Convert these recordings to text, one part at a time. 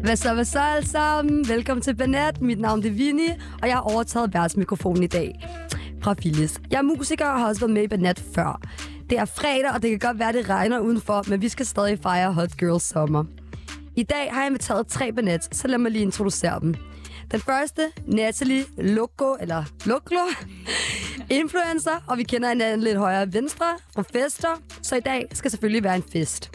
Hvad så, hvad så alle sammen? Velkommen til Banat. Mit navn er Vinny, og jeg har overtaget værtsmikrofonen i dag fra Phyllis. Jeg er musiker og har også været med i Banat før. Det er fredag, og det kan godt være, det regner udenfor, men vi skal stadig fejre Hot Girls Summer. I dag har jeg inviteret tre Banat, så lad mig lige introducere dem. Den første, Natalie Loco, eller Loklo, influencer, og vi kender hinanden lidt højere venstre fra fester, så i dag skal selvfølgelig være en fest.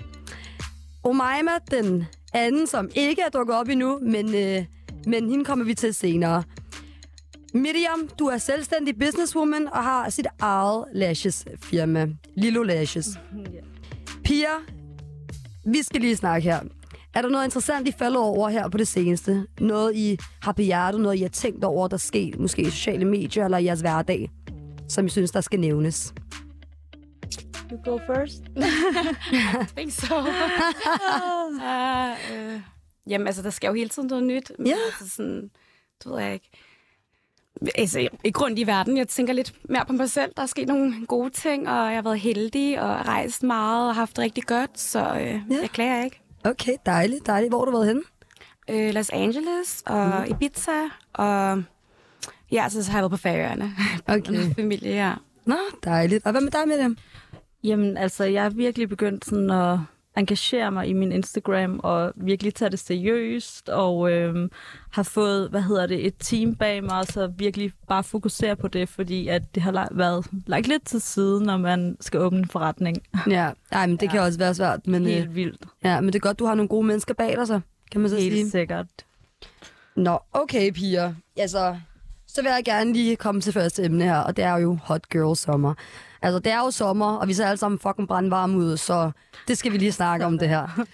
Omaima, den anden, som ikke er dukket op endnu, men, øh, men hende kommer vi til senere. Miriam, du er selvstændig businesswoman og har sit eget lashes firma, Lilo Lashes. Pia, vi skal lige snakke her. Er der noget interessant, I falder over her på det seneste? Noget, I har på hjertet, noget, I har tænkt over, der sker måske i sociale medier eller i jeres hverdag, som I synes, der skal nævnes? You go first. think so. uh, øh. Jamen, altså, der sker jo hele tiden noget nyt. Men Ja. Altså, sådan, det ved jeg ikke. Altså, i grund i verden, jeg tænker lidt mere på mig selv. Der er sket nogle gode ting, og jeg har været heldig og rejst meget og haft det rigtig godt, så øh, jeg klager ikke. Okay, dejligt, dejligt. Hvor har du været henne? Øh, Los Angeles og mm. Ibiza, og ja, altså, så har jeg været på Færøerne. Okay. Familie, ja. Nå, dejligt. Og hvad med dig, Miriam? Jamen, altså, jeg er virkelig begyndt sådan at engagere mig i min Instagram og virkelig tage det seriøst og øhm, har fået, hvad hedder det, et team bag mig, og så virkelig bare fokusere på det, fordi at det har la- været lagt lidt til side, når man skal åbne en forretning. Ja, Ej, men det ja. kan også være svært, men, øh, Helt vildt. ja, men det er godt, du har nogle gode mennesker bag dig, så kan man så sige. Helt sikkert. Nå, okay piger. Altså, så vil jeg gerne lige komme til første emne her, og det er jo hot girl sommer. Altså, det er jo sommer, og vi ser alle sammen fucking brandvarme ud, så det skal vi lige snakke om det her.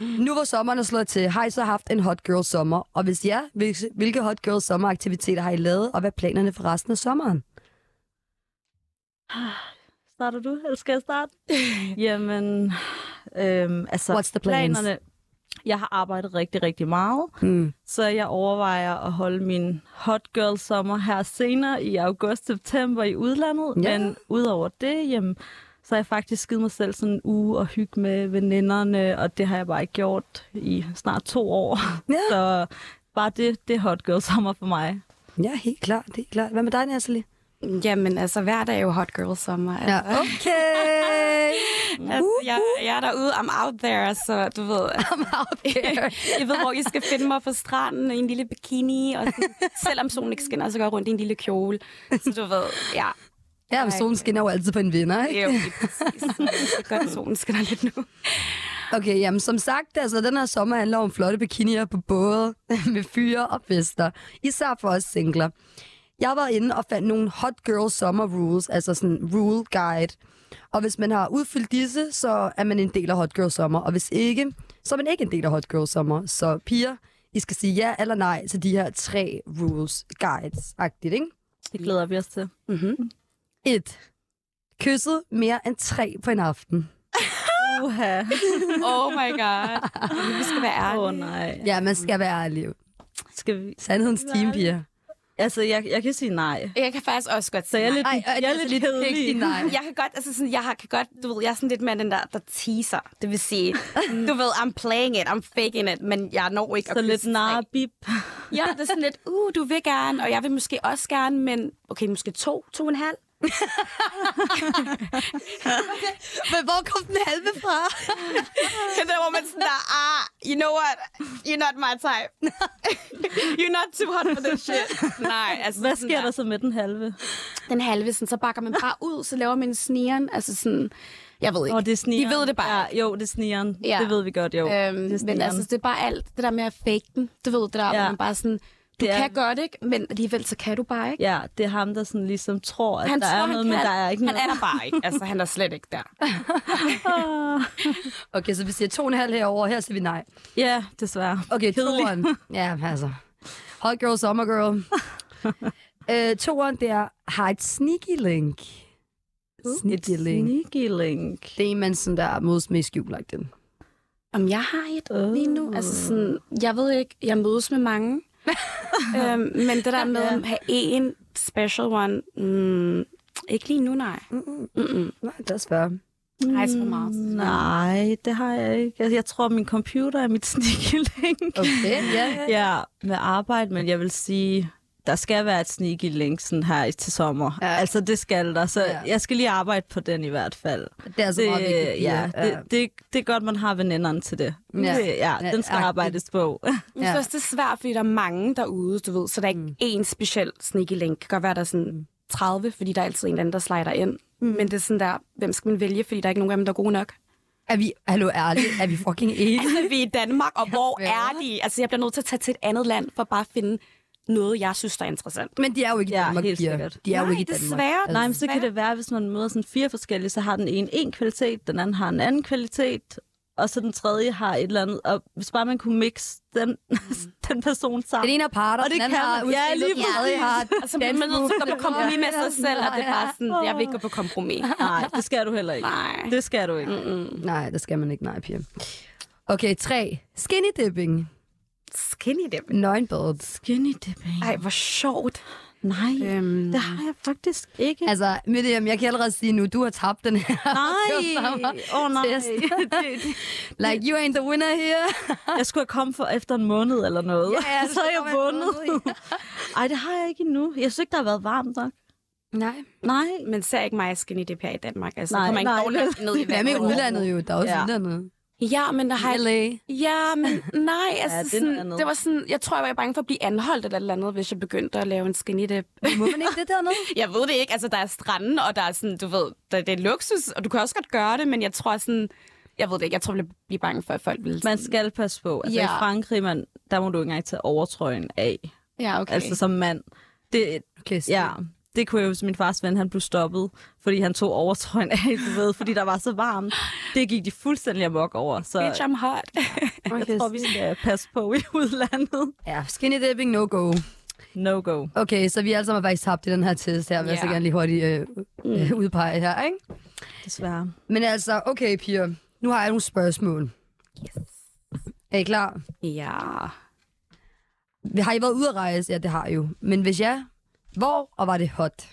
Nu hvor sommeren er slået til, har I så haft en hot girl sommer? Og hvis ja, hvil- hvilke hot girl sommeraktiviteter har I lavet, og hvad er planerne for resten af sommeren? Starter du, eller skal jeg starte? Jamen, øhm, altså What's the plans? planerne. Jeg har arbejdet rigtig, rigtig meget, Mm. så jeg overvejer at holde min hot girl sommer her senere i august-september i udlandet. Ja. Ja. Men udover det, jamen, så har jeg faktisk givet mig selv sådan en uge og hygge med veninderne, og det har jeg bare ikke gjort i snart to år. Ja. Så bare det, det er hot girl sommer for mig. Ja, helt klart, helt klart. Hvad med dig, Natalie? Jamen, altså, hver dag er jo hot girl sommer. Ja, okay. Altså, jeg, jeg er derude, I'm out there, så du ved... I'm out there. jeg ved, hvor I skal finde mig på stranden i en lille bikini, og sådan, selvom solen ikke skinner, så går jeg rundt i en lille kjole. Så du ved, ja, Ja, men solen skinner jo altid på en vinder, ikke? det er jo lige præcis. Det er godt, at solen skinner lidt nu. Okay, jamen som sagt, altså den her sommer handler om flotte bikinier på både med fyre og fester. Især for os singler. Jeg har været inde og fandt nogle hot girl summer rules, altså sådan rule guide. Og hvis man har udfyldt disse, så er man en del af hot girl summer. Og hvis ikke, så er man ikke en del af hot girl summer. Så piger, I skal sige ja eller nej til de her tre rules guides-agtigt, ikke? Det glæder vi os til. 1. Kysset mere end tre på en aften. Uha. Oh my god. Vi skal være Åh ærlige. oh, nej. Ja, man skal være ærlig. Skal vi... Sandhedens team, piger. Altså, jeg, jeg kan sige nej. Jeg kan faktisk også godt Så jeg er lidt, Ej, altså, Ej, jeg er lidt kedelig. nej. Jeg kan godt, altså sådan, jeg har, kan godt, du ved, jeg er sådan lidt mere den der, der teaser. Det vil sige, du ved, I'm playing it, I'm faking it, men jeg når ikke Så at lidt kysse tre. nar bip. Ja, det er sådan lidt, uh, du vil gerne, og jeg vil måske også gerne, men okay, måske to, to og en halv. Men hvor kom den halve fra? Der hvor man sådan der, ah, you know what, you're not my type. you're not too hot for this shit. Nej, altså Hvad sådan sker der så med den halve? Den halve, sådan, så bakker man bare ud, så laver man en snigeren, altså sådan, jeg ved ikke. Og det er snigeren. De ved det bare. Ja, jo, det er snigeren. Ja. Ja. Det ved vi godt, jo. Øhm, det er men snigeren. altså, det er bare alt det der med at fake den. Det ved du, det der, ja. hvor Ja. man bare sådan, du Det er- kan godt, ikke? Men alligevel, så kan du bare ikke. Ja, det er ham, der sådan ligesom tror, at der er noget, men der er ikke noget. der bare ikke. Altså, han er slet ikke der. Okay, så vi siger to og en halv herovre, her siger vi nej. Ja, desværre. Okay, Kedelig. toeren. Ja, altså. Hot girl, summer girl. øh, toeren, det er, har et sneaky link. Et Sneaky link. Sneaky link. Det er en, man sådan der mødes med i skjul, like den. Om jeg har et oh. lige nu? Altså sådan, jeg ved ikke, jeg mødes med mange. øhm, men det der med at have en special one, mm, ikke lige nu, nej. Nej, det er svært. Rejse for meget. Nej, det har jeg ikke. Altså, jeg tror, min computer er mit sneaky link. Okay, ja. ja. Ja, med arbejde, men jeg vil sige, der skal være et sneaky link sådan her i- til sommer. Ja. Ja. Altså, det skal der. Så Ja. ja. jeg skal lige arbejde på den i hvert fald. Det er altså meget vigtigt. ja, det, det, det er godt, man har veninderne til det. Ja. Ja, det, ja Ja, den skal agtigt. arbejdes på. Jeg synes også, det er svært, fordi der er mange derude, du ved, så der er ikke én speciel sneaky link. Det kan godt være, der er sådan 30, fordi der er altid en eller anden, der slider ind. Men det er sådan der, hvem skal man vælge, fordi der er ikke nogen af dem, der er gode nok. Er vi, hallo ærligt, er vi fucking enige? Altså, vi er i Danmark, og hvor Ja. er de? Altså, jeg bliver nødt til at tage til et andet land for bare at finde noget, jeg synes, der er interessant. Men de er jo ikke i Ja, Danmark, helt Pia. sikkert. De er jo Nej, ikke i Danmark. Altså, desværre. Nej, men så kan det være, hvis man møder sådan fire forskellige, så har den ene en kvalitet, den anden har en anden kvalitet, og så den tredje har et eller andet. Og hvis bare man kunne mix den, den person sammen. Den ene Mm. er parter, Og det den anden kan har man. Ja, udstillet, lige den tredje præcis. Altså, har Og så bliver Altså, man nødt til at gå på kompromis med sig selv, og det er bare sådan, jeg vil ikke gå på kompromis. Nej, det skal du heller ikke. Nej. Det skal du ikke. Nej, det skal man ikke, nej, Pia. Okay, tre. Skinny dipping. Skinny dem. Nøgenbadet. Skinny dipping. Ej, hvor sjovt. Nej, Øhm. det har jeg faktisk ikke. Altså, Miriam, jeg kan allerede sige nu, du har tabt den her. nej, åh oh, nej. Test. Det- det- Like, you ain't the winner here. jeg skulle have kommet for efter en måned eller noget. Ja, ja, så så har jeg kommer en måned, vundet. Ej, det har jeg ikke endnu. Jeg synes ikke, der har været varmt nok. Nej. Nej. Men ser ikke mig skinny dip her i Danmark. Altså, Nej, nej, kommer ikke nej. dårligt ned i Hvad med vandet. udlandet jo? Der er også Ja. udlandet. Ja, men der har LA. Ja, men nej, altså ja, det det, er noget sådan, andet. det var sådan, jeg tror, jeg var bange for at blive anholdt eller et eller andet, hvis jeg begyndte at lave en skinny dip. Må man ikke det dernede? Jeg ved det ikke, altså der er stranden, og der er sådan, du ved, der, det er luksus, og du kan også godt gøre det, men jeg tror sådan, jeg ved det ikke, jeg tror, jeg ville blive bange for, at folk ville... Man skal passe på. Altså, Ja. I Frankrig, man, der må du ikke engang tage overtrøjen af. Okay. ja, okay. Altså som mand. Det, Okay, så. ja, det kunne jeg jo, min fars ven, han blev stoppet, fordi han tog overtrøjen af, du ved, fordi der var så varmt. Det gik de fuldstændig amok over, så Bitch, jeg I'm hot. Okay, tror, vi skal passe på i udlandet. Ja, skinny dipping, no go. No go. Okay, så vi alle sammen har faktisk tabt i den her test her, vil jeg så Ja. gerne lige hurtigt øh, Mm. øh, udpege her, ikke? Desværre. Men altså, okay, piger. Nu har jeg nogle spørgsmål. Er I klar? ja. Har I været ude at rejse? Ja, det har I jo. Men hvis ja, hvor og var det hot?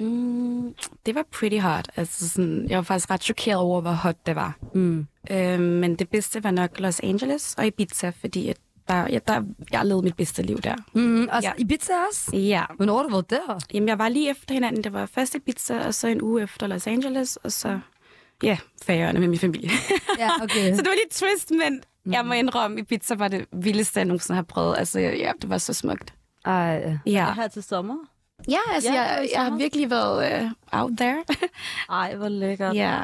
Mm, det var pretty hot. Altså sådan, jeg var faktisk ret chokeret over, hvor hot det var. Mm. Øh, men det bedste var nok Los Angeles og Ibiza, fordi at der, jeg, der, jeg levede mit bedste liv der. Mm, altså, Ja. ja. Ibiza også? Ja. Hvornår har du været der? Jamen, jeg var lige efter hinanden. Det var først Ibiza, og så en uge efter Los Angeles, og så, ja, færgerne med min familie. Ja, okay. så det var lidt twist, men jeg må indrømme, Ibiza var det vildeste, jeg nogensinde har prøvet. Altså, ja, det var så smukt. Ej. Ja, Her til sommer. ja altså, Ja, det var i jeg, jeg har sommer. virkelig været uh, out there. Ej, hvor lækkert. ja.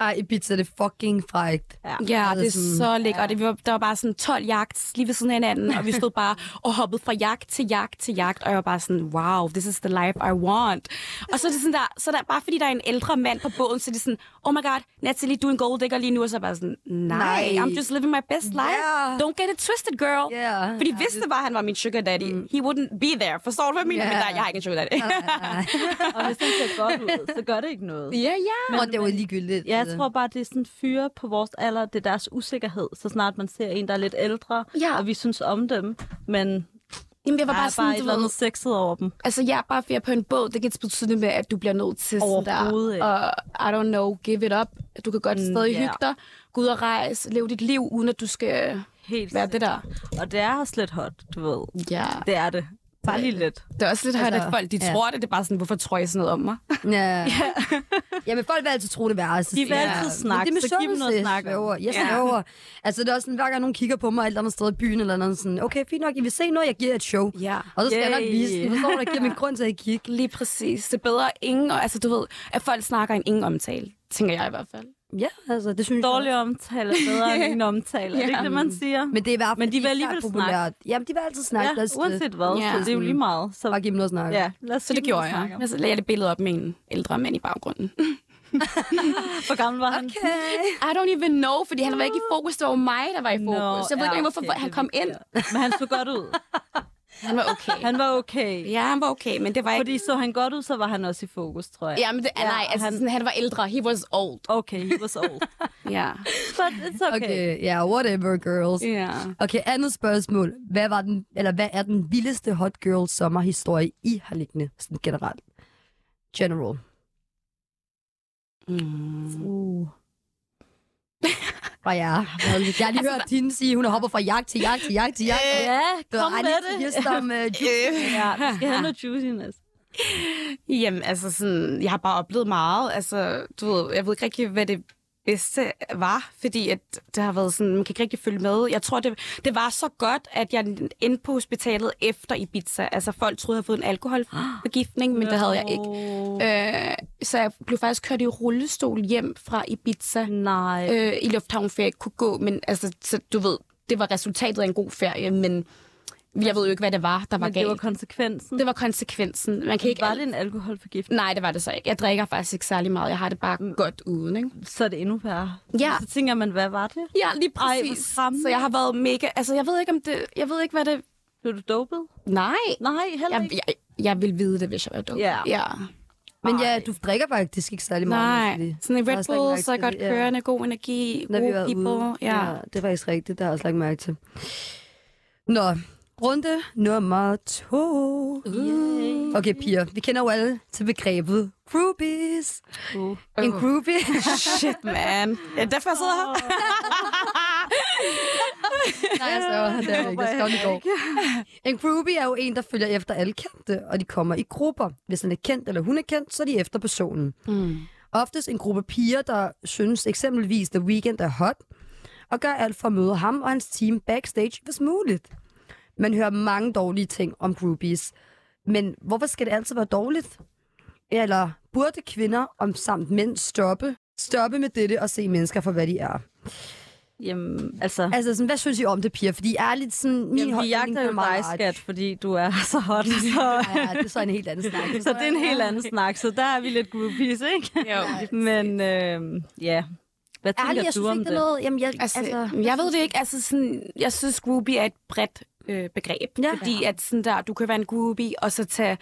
Ej, Ibiza, det er fucking frækt. Ja. Ja, Altså det er sådan- så lækkert. Og det, vi var, der var bare sådan 12 jagt lige ved siden af hinanden, og vi stod bare og hoppede fra jagt til jagt til jagt, og jeg var bare sådan, wow, this is the life I want. Og så er det sådan der, så der, bare fordi der er en ældre mand på båden, så er det sådan, oh my god, Natalie, du er en gold digger lige nu, og så er jeg bare sådan, nej, Nej. I'm just living my best life. Ja. Don't get it twisted, girl. Ja. Mm. Fordi hvis det var, han var min sugar daddy, he wouldn't be there. Forstår du, hvad jeg mener? Ja. Men der, jeg har ikke en sugar daddy. Og hvis det ser godt ud, så gør det ikke noget. Ja, ja. Men, og det var ligegyldigt. Ja, jeg tror bare, det er sådan fyre på vores alder, det er deres usikkerhed, så snart man ser en, der er lidt ældre, Ja. og vi synes om dem, men der Jamen, jeg var bare, er bare et sådan, eller du ved, andet sexet over dem. Altså, ja, bare fordi jeg er på en båd, det kan ikke betyde med, at du bliver nødt til sådan der, Overhovedet ikke. og I don't know, give it up. Du kan godt stadig ja. hygge dig, gå ud og rejse, leve dit liv, uden at du skal Helt være det der. Og det er også lidt hot, du ved. Ja. Det er det. Bare lige lidt. Det er også lidt højt, Altså, at folk de ja. tror det. Det er bare sådan, hvorfor tror I sådan noget om mig? Ja. ja, men folk vil altid tro det værste. De vil Ja. altid Men snakke, det er så giv dem noget at misundelse, snakke om. svæver. Jeg Ja. svæver. Altså, det er også sådan, hver gang nogen kigger på mig et eller andet sted i byen, eller noget sådan, okay, fint nok, I vil se noget, jeg giver jer et show. Ja. Og så skal jeg nok Yay. vise den. Så står der, giver min grund til at kigge. Lige præcis. Det er bedre ingen, og- altså du ved, at folk snakker en ingen omtale, tænker jeg i hvert fald. Ja, altså, det synes jeg. Dårlig omtale er bedre end ingen omtale. Er det ikke det, man siger? Men det er i hvert fald Men de vil især alligevel populært. Jamen, de vil altid snakke. Ja, Lad os- øh, uanset hvad, Ja. så det er jo lige meget. Så, Bare give dem noget at snakke. ja, lad os Så det gjorde jeg. Jeg lagde det billede op med en ældre mand i baggrunden. Hvor gammel var han? Okay. I don't even know, fordi han var ikke i fokus. Det var jo mig, der var i fokus. Nå, så jeg ved ikke, ja, hvorfor okay, han det kom er ind. vigtigt. Men han så godt ud. Han var okay. Han var okay. Ja, han var okay, men det var ikke... Fordi så han godt ud, så var han også i fokus, tror jeg. Ja, men det, ja, nej, altså han, sådan, han var ældre. He was old. Okay, he was old. Ja. But it's okay. okay. Okay, ja, yeah, whatever, girls. ja. Okay, andet spørgsmål. Hvad, var den, eller hvad er den vildeste hot girl sommerhistorie, I har liggende sådan generelt? General. Mm. Uh. Og ja, jeg har lige altså, hørt hende sige, hun hopper fra jagt til jagt til jagt til jagt. Øh, ja, kom med det. Just om, uh, Ja, vi skal have noget juiciness. Jamen, altså sådan, jeg har bare oplevet meget. Altså, du ved, jeg ved ikke rigtig, hvad det bedste var, fordi at det har været sådan, man kan ikke rigtig følge med. Jeg tror, det, det var så godt, at jeg endte på hospitalet efter Ibiza. Altså, folk troede, jeg havde fået en alkoholforgiftning, men det havde jeg ikke. Øh, så jeg blev faktisk kørt i rullestol hjem fra Ibiza Nej. øh, i lufthavnen, for jeg ikke kunne gå. Men altså, så, du ved, det var resultatet af en god ferie, men jeg ved jo ikke, hvad det var, der var Men galt. det var konsekvensen. det var konsekvensen. Man kan ikke Var det en alkoholforgiftning, Nej, det Mm. var det så ikke. Jeg drikker faktisk ikke særlig meget. Jeg har det bare godt uden, ikke? så er det endnu værre. Ja. Så tænker man, hvad var det? Ja, lige Ej, hvor præcis. skræmmende. så jeg har været mega... Altså, jeg ved ikke, om det... Jeg ved ikke, hvad det... Blev du dopet? Nej. Nej, heller Jeg, ikke. jeg, jeg ville vide det, hvis jeg var dum. Ja. ja. Men ja, du drikker faktisk ikke særlig meget. Nej. Nathalie. Sådan en Der er Red slet ikke Bull, lagt så er til godt det, ja. kørende, god energi, Når vi var gode ude. people. ja. Ja. det er faktisk rigtigt. Det har jeg også lagt mærke til. Nå, runde nummer to. Yay. Okay, piger. Vi kender jo alle til begrebet groupies. Uh. En groupie. Shit, man. Ja, derfor jeg sidder her. Nej, jeg sørger. Det er jeg ikke. Jeg skrev den i går. En groupie er jo en, der følger efter alle kendte, og de kommer i grupper. Hvis han er kendt eller hun er kendt, så er de efter personen. Mm. Oftest en gruppe piger, der synes eksempelvis The Weeknd er hot, og gør alt for at møde ham og hans team backstage, hvis muligt. Man hører mange dårlige ting om groupies. Men hvorfor skal det altid være dårligt? Eller burde kvinder om samt mænd stoppe, stoppe med dette og se mennesker for, hvad de er? Jamen, altså... Altså, sådan, hvad synes I om det, piger? Fordi jeg er lidt sådan... Min Jamen, vi holdning jagter er jo dig, meget skat, fordi du er så hot. Så, Ja, ja, det er så en helt anden snak. så det er en helt anden snak, så der er vi lidt groupies, ikke? Jo. Men øh, ja, hvad tænker Ærligt, jeg du synes ikke, om det? det er noget... Jamen, jeg, Altså, altså, altså, jeg ved det ikke. Altså, sådan, jeg synes, groupie er et bredt øh, begreb. Ja. Ja. Fordi at sådan der, du kan være en groupie, og så tage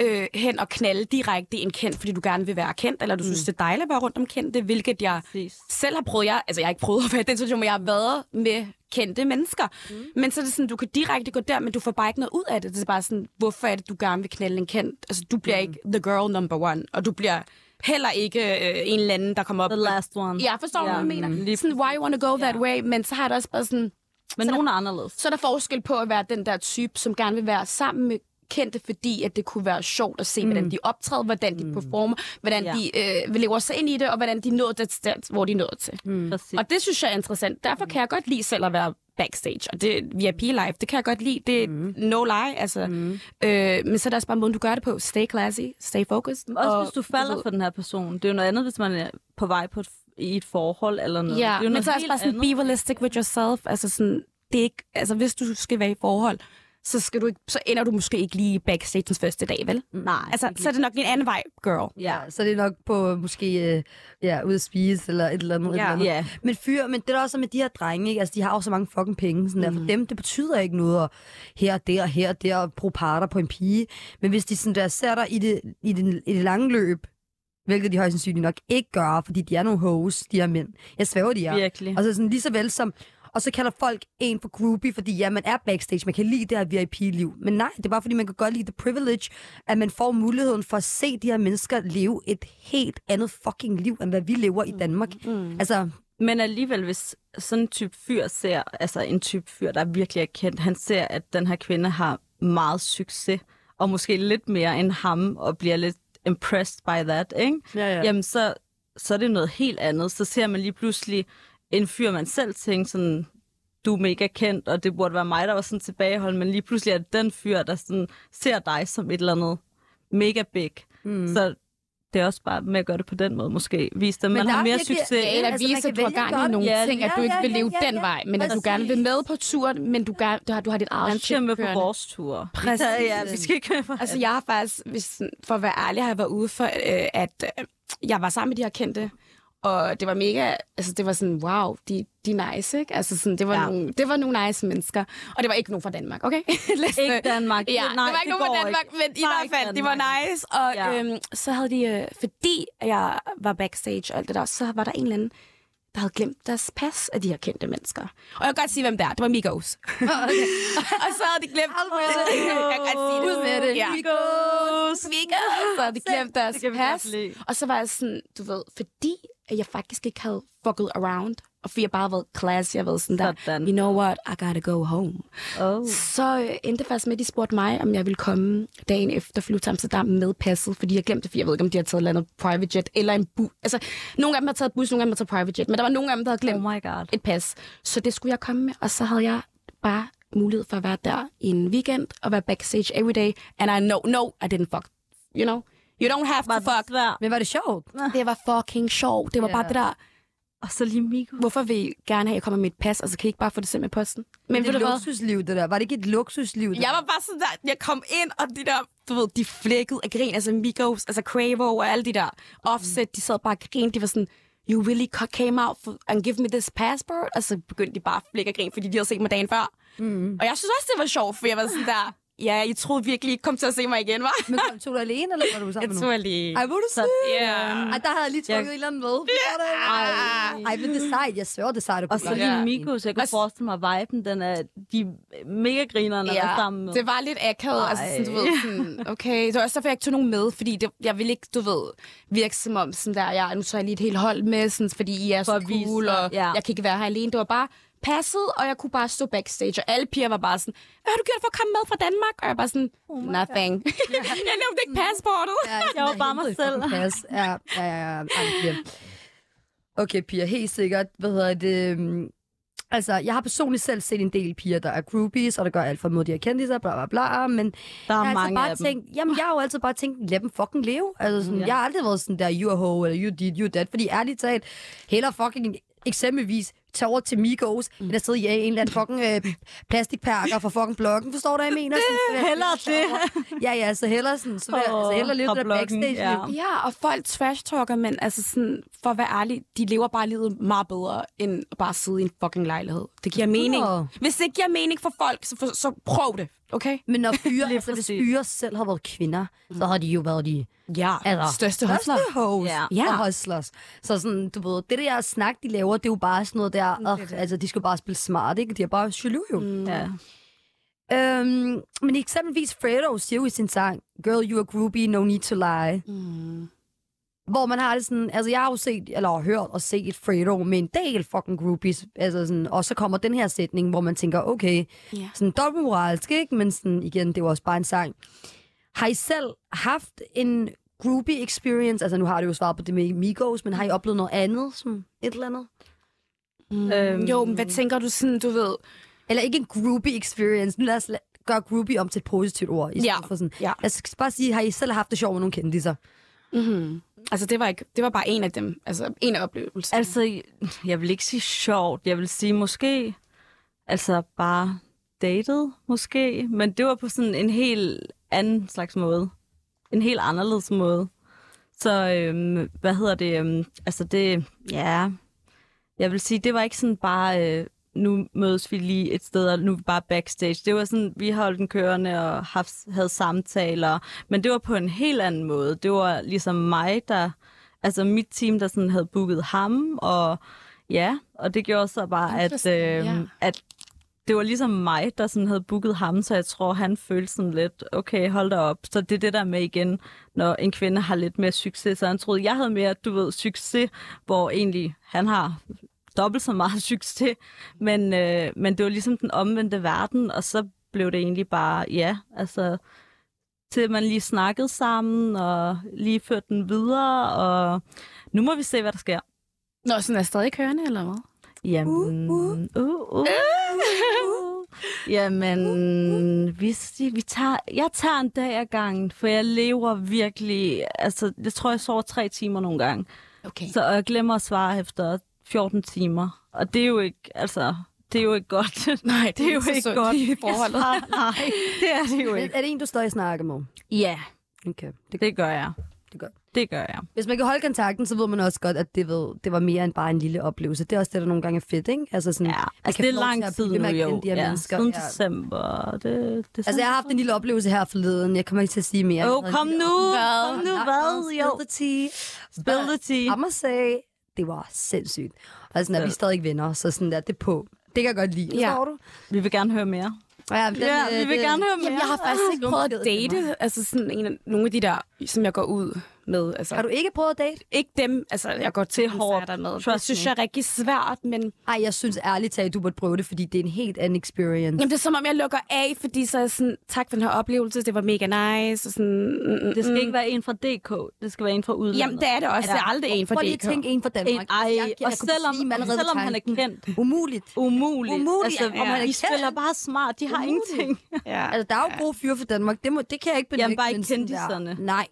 øh, hen og knalde direkte en kendt, fordi du gerne vil være kendt, eller du mm. synes, det er dejligt at være rundt om kendte, hvilket jeg Præcis. selv har prøvet. Jeg, altså, jeg har ikke prøvet at være i den situation, men jeg har været med kendte mennesker. Mm. Men så er det sådan, du kan direkte gå der, men du får bare ikke noget ud af det. Det er bare sådan, hvorfor er det, du gerne vil knalde en kendt? Altså, du bliver mm. ikke the girl number one, og du bliver heller ikke øh, en eller anden, der kommer op The last one. Ja, forstår du, Ja, hvad jeg mener? mm, lige sådan, why you wanna go that way? Men så har jeg det også bare sådan... Men så, er nogen er anderledes. der, så er der forskel på at være den der type, som gerne vil være sammen med kendte, fordi at det kunne være sjovt at se, mm. hvordan de optræder, hvordan de performer, hvordan Mm. Ja. ja. de øh, lever sig ind i det, og hvordan de nåede det sted, hvor de nåede til. Mm. Præcis. Og det synes jeg er interessant. Derfor kan jeg godt lide selv at være backstage, og det VIP live, det kan jeg godt lide. Det er mm. no lie, altså. Mm. Øh, men så er der også bare måden, du gør det på. Stay classy, stay focused. Også og- hvis du falder for den her person. Det er jo noget andet, hvis man er på vej på et, i et forhold eller noget. det er Ja, jo men noget så er også helt bare sådan, andet. be realistic with yourself. Altså sådan, det er ikke, altså hvis du skal være i forhold, så, skal du ikke, så ender du måske ikke lige i backstagens første dag, vel? Nej, Altså, ikke så er det nok en anden vej, girl. Ja. Ja, så det er nok på måske øh, ja, ude at spise eller et eller andet. et Ja. eller andet. Ja. Men fyr, men det er da også med de her drenge, ikke? Altså, de har jo så mange fucking penge. Sådan Mm. der. For dem, det betyder ikke noget at her og der, her og der og bruge parter på en pige. Men hvis de sådan der ser dig i det, i det, i det lange løb, hvilket de højst sandsynligt nok ikke gør, fordi de er nogle hoes, de her mænd. Jeg svæver, de er. Virkelig. Og så Altså sådan lige så vel som... Og så kalder folk en for groupie, fordi ja, man er backstage, man kan lide det her VIP-liv. Men nej, det er bare fordi, man kan godt lide the privilege, at man får muligheden for at se de her mennesker leve et helt andet fucking liv, end hvad vi lever i Danmark. Mm. Altså, Men alligevel, hvis sådan en type fyr ser, altså en type fyr, der virkelig er kendt, han ser, at den her kvinde har meget succes, og måske lidt mere end ham, og bliver lidt impressed by that, ikke? Ja, ja. Jamen, så, så er det noget helt andet. Så ser man lige pludselig en fyr, man selv tænker sådan, du er mega kendt, og det burde være mig, der var sådan tilbageholdt, men lige pludselig er det den fyr, der sådan ser dig som et eller andet mega big. Mm. Så det er også bare med at gøre det på den måde, måske. Vise dem, man der har er mere virkelig- succes. Ja, eller Altså, man vise, kan at du har vælge gang i godt. nogle Ja, ting, at du ikke vil leve den vej, men at du gerne vil med på turen, men du, gerne, du, har, du har dit eget Han skal med på vores tur. Præcis. Ja, ja, vi skal ikke med for Altså, jeg har faktisk, hvis, sådan- for at være ærlig, har jeg været ude for, øh, at øh, jeg var sammen med de her kendte, og det var mega, altså det var sådan, wow, de, de er nice, ikke? Altså sådan, det var, Ja. ja. nogle, det var nogle nice mennesker, og det var ikke nogen fra Danmark, okay? Let's, Ikke øh, Danmark. Ja, Nej, Nej, det var ikke det nogen fra går Danmark, ikke. men i Bare hvert ikke fald, det var Danmark. nice, og Ja. ja. øhm, så havde de, øh, fordi jeg var backstage og alt det der, så var der en eller anden, der havde glemt deres pas af de her kendte mennesker. Og jeg kan godt sige, hvem det er. Det var Migos. og så havde de glemt... jeg kan godt sige det. Ud med det. Ja. Migos. Migos. Så havde de glemt deres Det kan vi godt pas. lide. Og så var jeg sådan, du ved, fordi at jeg faktisk ikke havde fucket around og fordi jeg bare har været classy, jeg har været sådan der, Sådan. you know what, I gotta go home. Oh. Så øh, endte det faktisk med, at de spurgte mig, om jeg ville komme dagen efter flyve til Amsterdam med passet, fordi jeg glemte det, fordi jeg ved ikke, om de har taget et eller andet private jet eller en bus. Altså, nogle af dem har taget bus, nogle af dem har taget private jet, men der var nogle af dem, der havde oh glemt my god. et pas. Så det skulle jeg komme med, og så havde jeg bare mulighed for at være der i en weekend og være backstage every day. And I know, no, I didn't fuck. You know? You don't have Var to det fuck. svær? Men var det sjovt? Det var fucking sjovt. Det var bare Ja. det der, Og så lige Miko. hvorfor vil I gerne have, at jeg kommer med et pas, og så kan I ikke bare få det selv med posten? Men Det ved er du et hvad? luksusliv, det der. Var det ikke et luksusliv? Det? Jeg var bare sådan der, jeg kom ind, og de der, du ved, de flækkede af grin, altså Migos, altså Quavo og alle de der offset, de sad bare og grinede, de var sådan, you really co- came out for, and give me this passport, og så begyndte de bare at flække af grin, fordi de havde set mig dagen før. Mm. Og jeg synes også, det var sjovt, for jeg var sådan der, ja, I troede virkelig, I ikke kom til at se mig igen, var? Men kom, tog du alene, eller var du sammen Jeg med tror nogen? lige. Ej, hvor er du sød. Yeah. Ej, der havde jeg lige trykket Jeg- et eller andet med. Yeah. Ej, men det er sejt. Jeg sværger, det er sejt. at Og kunne så gøre lige det. Miko, så jeg kunne Og s- forestille mig, at viben, den er, de er mega grinerne yeah. sammen med. det var lidt akavet. Altså, sådan, du ved, sådan, okay. Det var også derfor, jeg ikke tog nogen med, fordi det, jeg ville ikke, du ved, virke som om sådan der, jeg, nu tager jeg lige et helt hold med, sådan, fordi I er For så at vise cool, dig, og ja. ja. jeg kan ikke være her alene. Det var bare passet, og jeg kunne bare stå backstage, og alle piger var bare sådan, hvad har du gjort for at komme med fra Danmark? Og jeg var bare sådan, oh nothing. jeg nævnte ikke passportet. Ja, Jeg var bare mig hentede et selv. fucking Pas. Ja, ja, ja. ja. Ej, ja. Okay, piger, helt sikkert. Hvad hedder det? øhm, Altså, jeg har personligt selv set en del piger, der er groupies, og der gør alt for mod de her kendtiser, bla bla bla, men Der er jeg har altid mange bare af dem. tænkt, jamen jeg har jo altid bare tænkt, lad dem fucking leve. Altså, sådan, Ja. Jeg har aldrig været sådan der, you a hoe, eller you did, you that, fordi ærligt talt, heller fucking eksempelvis tage over til Migos, Mm. end at sidde i en eller anden fucking øh, plastikperker fra fucking blokken, forstår du, hvad jeg mener? Sådan, så- hellere det. Ja, ja, så hellere, sådan, så vil jeg, altså, Åh, hellere leve fra det der Blokken, backstage ja. Ja, og folk trash-talker, men altså sådan, for at være ærlig, de lever bare livet meget bedre, end at bare sidde i en fucking lejlighed. Det giver mening. Åh. Hvis det ikke giver mening for folk, så, for, så prøv det, okay? Men når fyre, Lige altså, hvis præcis. Mm. fyre selv har været kvinder, så har de jo været de Ja, altså, største hustler. hoes Ja. ja. og hustlers. Så sådan, du ved, det der snak, de laver, det er jo bare sådan noget der, og, altså, de skal jo bare spille smart, ikke? De er bare jaloux jo. Mm. Ja. Øhm, men eksempelvis Fredo siger jo i sin sang, Girl, you a groupie, no need to lie. Mm. Hvor man har det sådan, altså jeg har jo set, eller har hørt og set Fredo med en del fucking groupies, altså sådan, og så kommer den her sætning, hvor man tænker, okay, Ja. sådan dobbeltmoralsk, ikke? Men sådan, igen, det er jo også bare en sang. Har I selv haft en groupie experience? Altså nu har du jo svaret på det med Migos, men har I oplevet noget andet, som et eller andet? Øhm, Jo, men hvad tænker du sådan, du ved? Eller ikke en groupie experience. Nu lad os la- gøre groupie om til et positivt ord. I Ja, stedet For sådan. ja. Lad os bare sige, har I selv haft det sjovt med nogle kendtiser? Altså, det var, ikke, det var bare en af dem. Altså, en af oplevelserne. Altså, jeg vil ikke sige sjovt. Jeg vil sige måske, altså bare datet måske. Men det var på sådan en helt anden slags måde. En helt anderledes måde. Så øhm, hvad hedder det? Øhm, altså det, ja, jeg vil sige, det var ikke sådan bare, øh, nu mødes vi lige et sted, og nu er vi bare backstage. Det var sådan, vi holdt den kørende og haft, havde samtaler, men det var på en helt anden måde. Det var ligesom mig, der, altså mit team, der sådan havde booket ham, og ja, og det gjorde så bare, at, øh, Interesting, ja. yeah. at det var ligesom mig, der sådan havde booket ham, så jeg tror, han følte sådan lidt, okay, hold da op. Så det er det der med igen, når en kvinde har lidt mere succes, så han troede, jeg havde mere, du ved, succes, hvor egentlig han har dobbelt så meget succes. Men, øh, men det var ligesom den omvendte verden, og så blev det egentlig bare, ja, altså, til man lige snakkede sammen, og lige førte den videre, og nu må vi se, hvad der sker. Nå, sådan er stadig kørende, eller hvad? Jamen, uh, uh. Uh, uh, uh. Uh, Jamen, vi, si- vi tager, jeg tager en dag ad gangen, for jeg lever virkelig, altså, jeg tror, jeg sover tre timer nogle gange. Okay. Så og jeg glemmer at svare efter 14 timer. Og det er jo ikke, altså, det er jo ikke godt. Nej, det, det er jo ikke godt i forholdet. Nej, det er det jo Er, ikke. er det en, du stadig snakker med? Ja, Okay. Det, det gør jeg. det gør. Det gør jeg. Hvis man kan holde kontakten, så ved man også godt, at det, ved, det var mere end bare en lille oplevelse. Det er også det, der nogle gange er fedt, ikke? Altså, sådan, Ja, man altså kan det er få lov til lang at tid blive ved nu med at jo. kende De her ja, mennesker. siden Ja. december. Det, det er Altså, jeg har haft en lille oplevelse her forleden. Jeg kommer ikke til at sige mere. Åh, Jeg havde en kom lille- nu! Hvad? Kom nu, Nej, hvad? spill Jo. the tea. Spill the tea. I'ma say, det var sindssygt. Og sådan, at vi er stadig venner, så sådan der, det er på. Det kan jeg godt lide. Ja. Forstår du? Vi vil gerne høre mere. Ja, den, Ja, øh, vi vil den- gerne høre mere. Jamen, jeg har faktisk ikke prøvet at date, altså sådan en af, nogle af de der, som jeg går ud med. Altså, Har du ikke prøvet at date? Ikke dem, altså jeg går til hårdt. Med. Det Trust synes me. jeg er rigtig svært, men Ej, jeg synes ærligt talt, du burde prøve det, fordi det er en helt anden experience. Jamen, det er som om, jeg lukker af, fordi så er jeg sådan, tak for den her oplevelse, det var mega nice. Og sådan, mm, mm, Det skal mm. mm. ikke være en fra DK, det skal være en fra udlandet. Jamen, det er det også. Ja. Det er aldrig en for Prøv lige DK. at tænke en fra Danmark. en, ej, Jeg- jeg og kunne selvom, sige dem allerede ved selvom han er tanken. kendt, Uh, Umuligt. umuligt. Umuligt, altså, ja. og man, Ja. de spiller bare smart, de har Umuligt. ingenting. Ja. Altså, der er jo gode fyre for Danmark. Det, må, det kan jeg ikke benægte. uh. Jamen, bare ikke men sådan kendiserne. Der. Nej.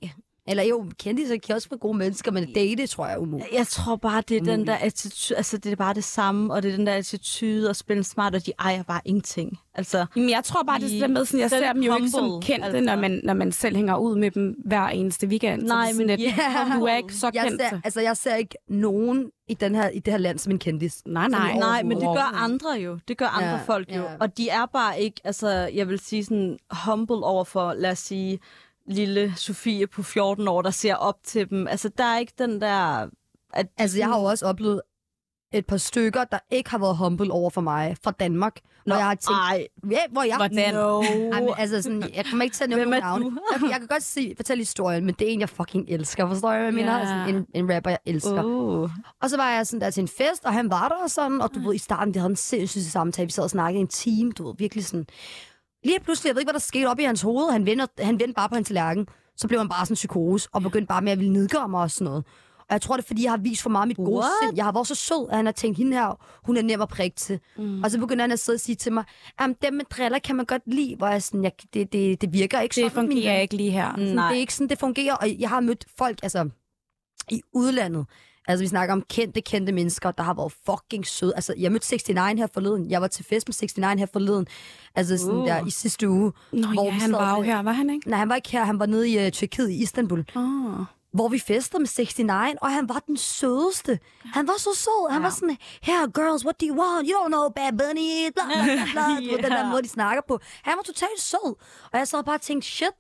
Eller jo, kendisser kan også være gode mennesker, men date, tror jeg, er umuligt. Jeg tror bare, det er den der attitude, altså det er bare det samme, og det er den der attitude at spille smart, og de ejer bare ingenting. Altså, Jamen, jeg tror bare, det er sådan der med, sådan, jeg Selv ser dem jo ikke som humble, kendte, altså. når man, når man selv hænger ud med dem hver eneste weekend. Så Nej, det er sådan men lidt, ja. du er ikke så Jeg kendt. ser, altså, jeg ser ikke nogen i, den her, i det her land som en kendis. Nej, nej. Sådan nej, men det gør overhovedet. andre jo. Det gør andre Ja, folk jo. ja. Og de er bare ikke, altså jeg vil sige sådan humble over for, lad os sige, lille Sofie på 14 år, der ser op til dem. Altså der er ikke den der... At, Altså, jeg har jo også oplevet et par stykker, der ikke har været humble over for mig fra Danmark. Nå, hvor jeg har tænkt, Ej, ja, hvor jeg... Hvordan? no. Ej, men, altså sådan, jeg kommer ikke til at nævne Hvem nogen er du? navne. Jeg, jeg kan godt sige, fortælle historien, men det er en, jeg fucking elsker. Forstår jeg, hvad jeg mener? Ja. Sådan en, en rapper, jeg elsker. Uh. Og så var jeg sådan der til en fest, og han var der og sådan, og du ved, i starten, vi havde en sindssyg samtale, vi sad og snakkede i en time, du ved, virkelig sådan. Lige pludselig, jeg ved ikke, hvad der skete op i hans hoved, han vendte, han vendte bare på en tallerken, så blev han bare sådan psykose, og begyndte bare med at ville nedgøre mig og sådan noget. Og jeg tror, det er, fordi jeg har vist for meget af mit gode What? sind. Jeg har været så sød, at han har tænkt, hende her, hun er nem at prikke til. Mm. Og så begynder han at sidde og sige til mig, at dem med driller kan man godt lide, hvor jeg sådan, jeg, det, det, det virker ikke Det sådan. min ven." Mm. fungerer ikke lige her. Sådan, Nej. Det er ikke sådan, det fungerer. Og jeg har mødt folk altså, i udlandet. Altså, vi snakker om kendte, kendte mennesker, der har været fucking søde. Altså, jeg mødte 69 her forleden. Jeg var til fest med 69 her forleden. Altså, sådan Uh. der i sidste uge. Nå hvor ja, vi han sad var jo med- her, var han ikke? Nej, han var ikke her. Han var nede i uh, Tyrkiet i Istanbul. Ah. Oh. Hvor vi festede med 69, og han var den sødeste. Han var så sød. Han ja. var sådan, her girls, what do you want? You don't know Bad Bunny. Bla, bla, bla, bla. Du ved, Den der Ja. måde, de snakker på. Han var totalt sød. Og jeg sad bare og tænkte, shit,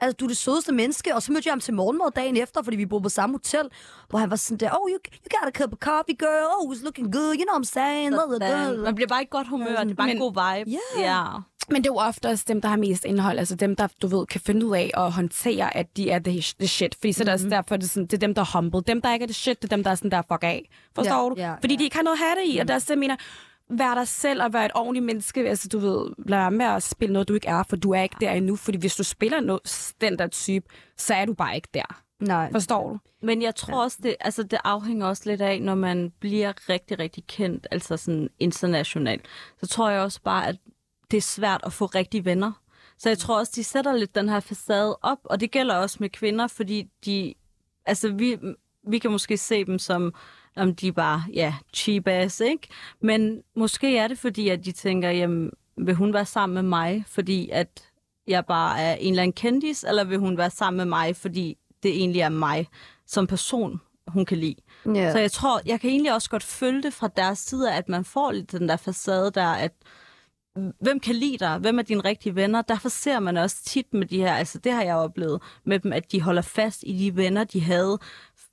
altså, du er det sødeste menneske. Og så mødte jeg ham til morgenmad dagen efter, fordi vi boede på samme hotel, hvor han var sådan der, oh, you, you got a cup of coffee, girl. Oh, it's looking good. You know what I'm saying? Blah, blah, blah, blah. Man bliver bare i godt humør, det er bare Men- en god vibe. Ja. Yeah. Men det er jo ofte også dem, der har mest indhold. Altså dem, der, du ved, kan finde ud af at håndtere, at de er the, the shit. Fordi så er det Mhm. også derfor, det er, sådan, det er dem, der er humble. Dem, der ikke er the shit, det er dem, der er sådan der fuck af. Forstår Ja, du? ja, Fordi ja. Mhm. de ikke har noget at have det i. Og det er også det, jeg mener, vær dig selv og vær et ordentligt menneske. Altså du ved, lad være med at spille noget, du ikke er, for du er ikke der endnu. Fordi hvis du spiller noget, den der type, så er du bare ikke der. Nej. Forstår du? Men jeg tror også, det, altså, det afhænger også lidt af, når man bliver rigtig, rigtig kendt, altså sådan internationalt, så tror jeg også bare, at det er svært at få rigtige venner. Så jeg tror også, de sætter lidt den her facade op, og det gælder også med kvinder, fordi de, altså vi, vi kan måske se dem som, om de er bare, ja, cheap ass, ikke? Men måske er det fordi, at de tænker, jamen, vil hun være sammen med mig, fordi at jeg bare er en eller anden kendis, eller vil hun være sammen med mig, fordi det egentlig er mig som person, hun kan lide. Ja. Så jeg tror, jeg kan egentlig også godt følge det fra deres side, at man får lidt den der facade der, at hvem kan lide dig? Hvem er dine rigtige venner? Derfor ser man også tit med de her, altså det har jeg oplevet med dem, at de holder fast i de venner, de havde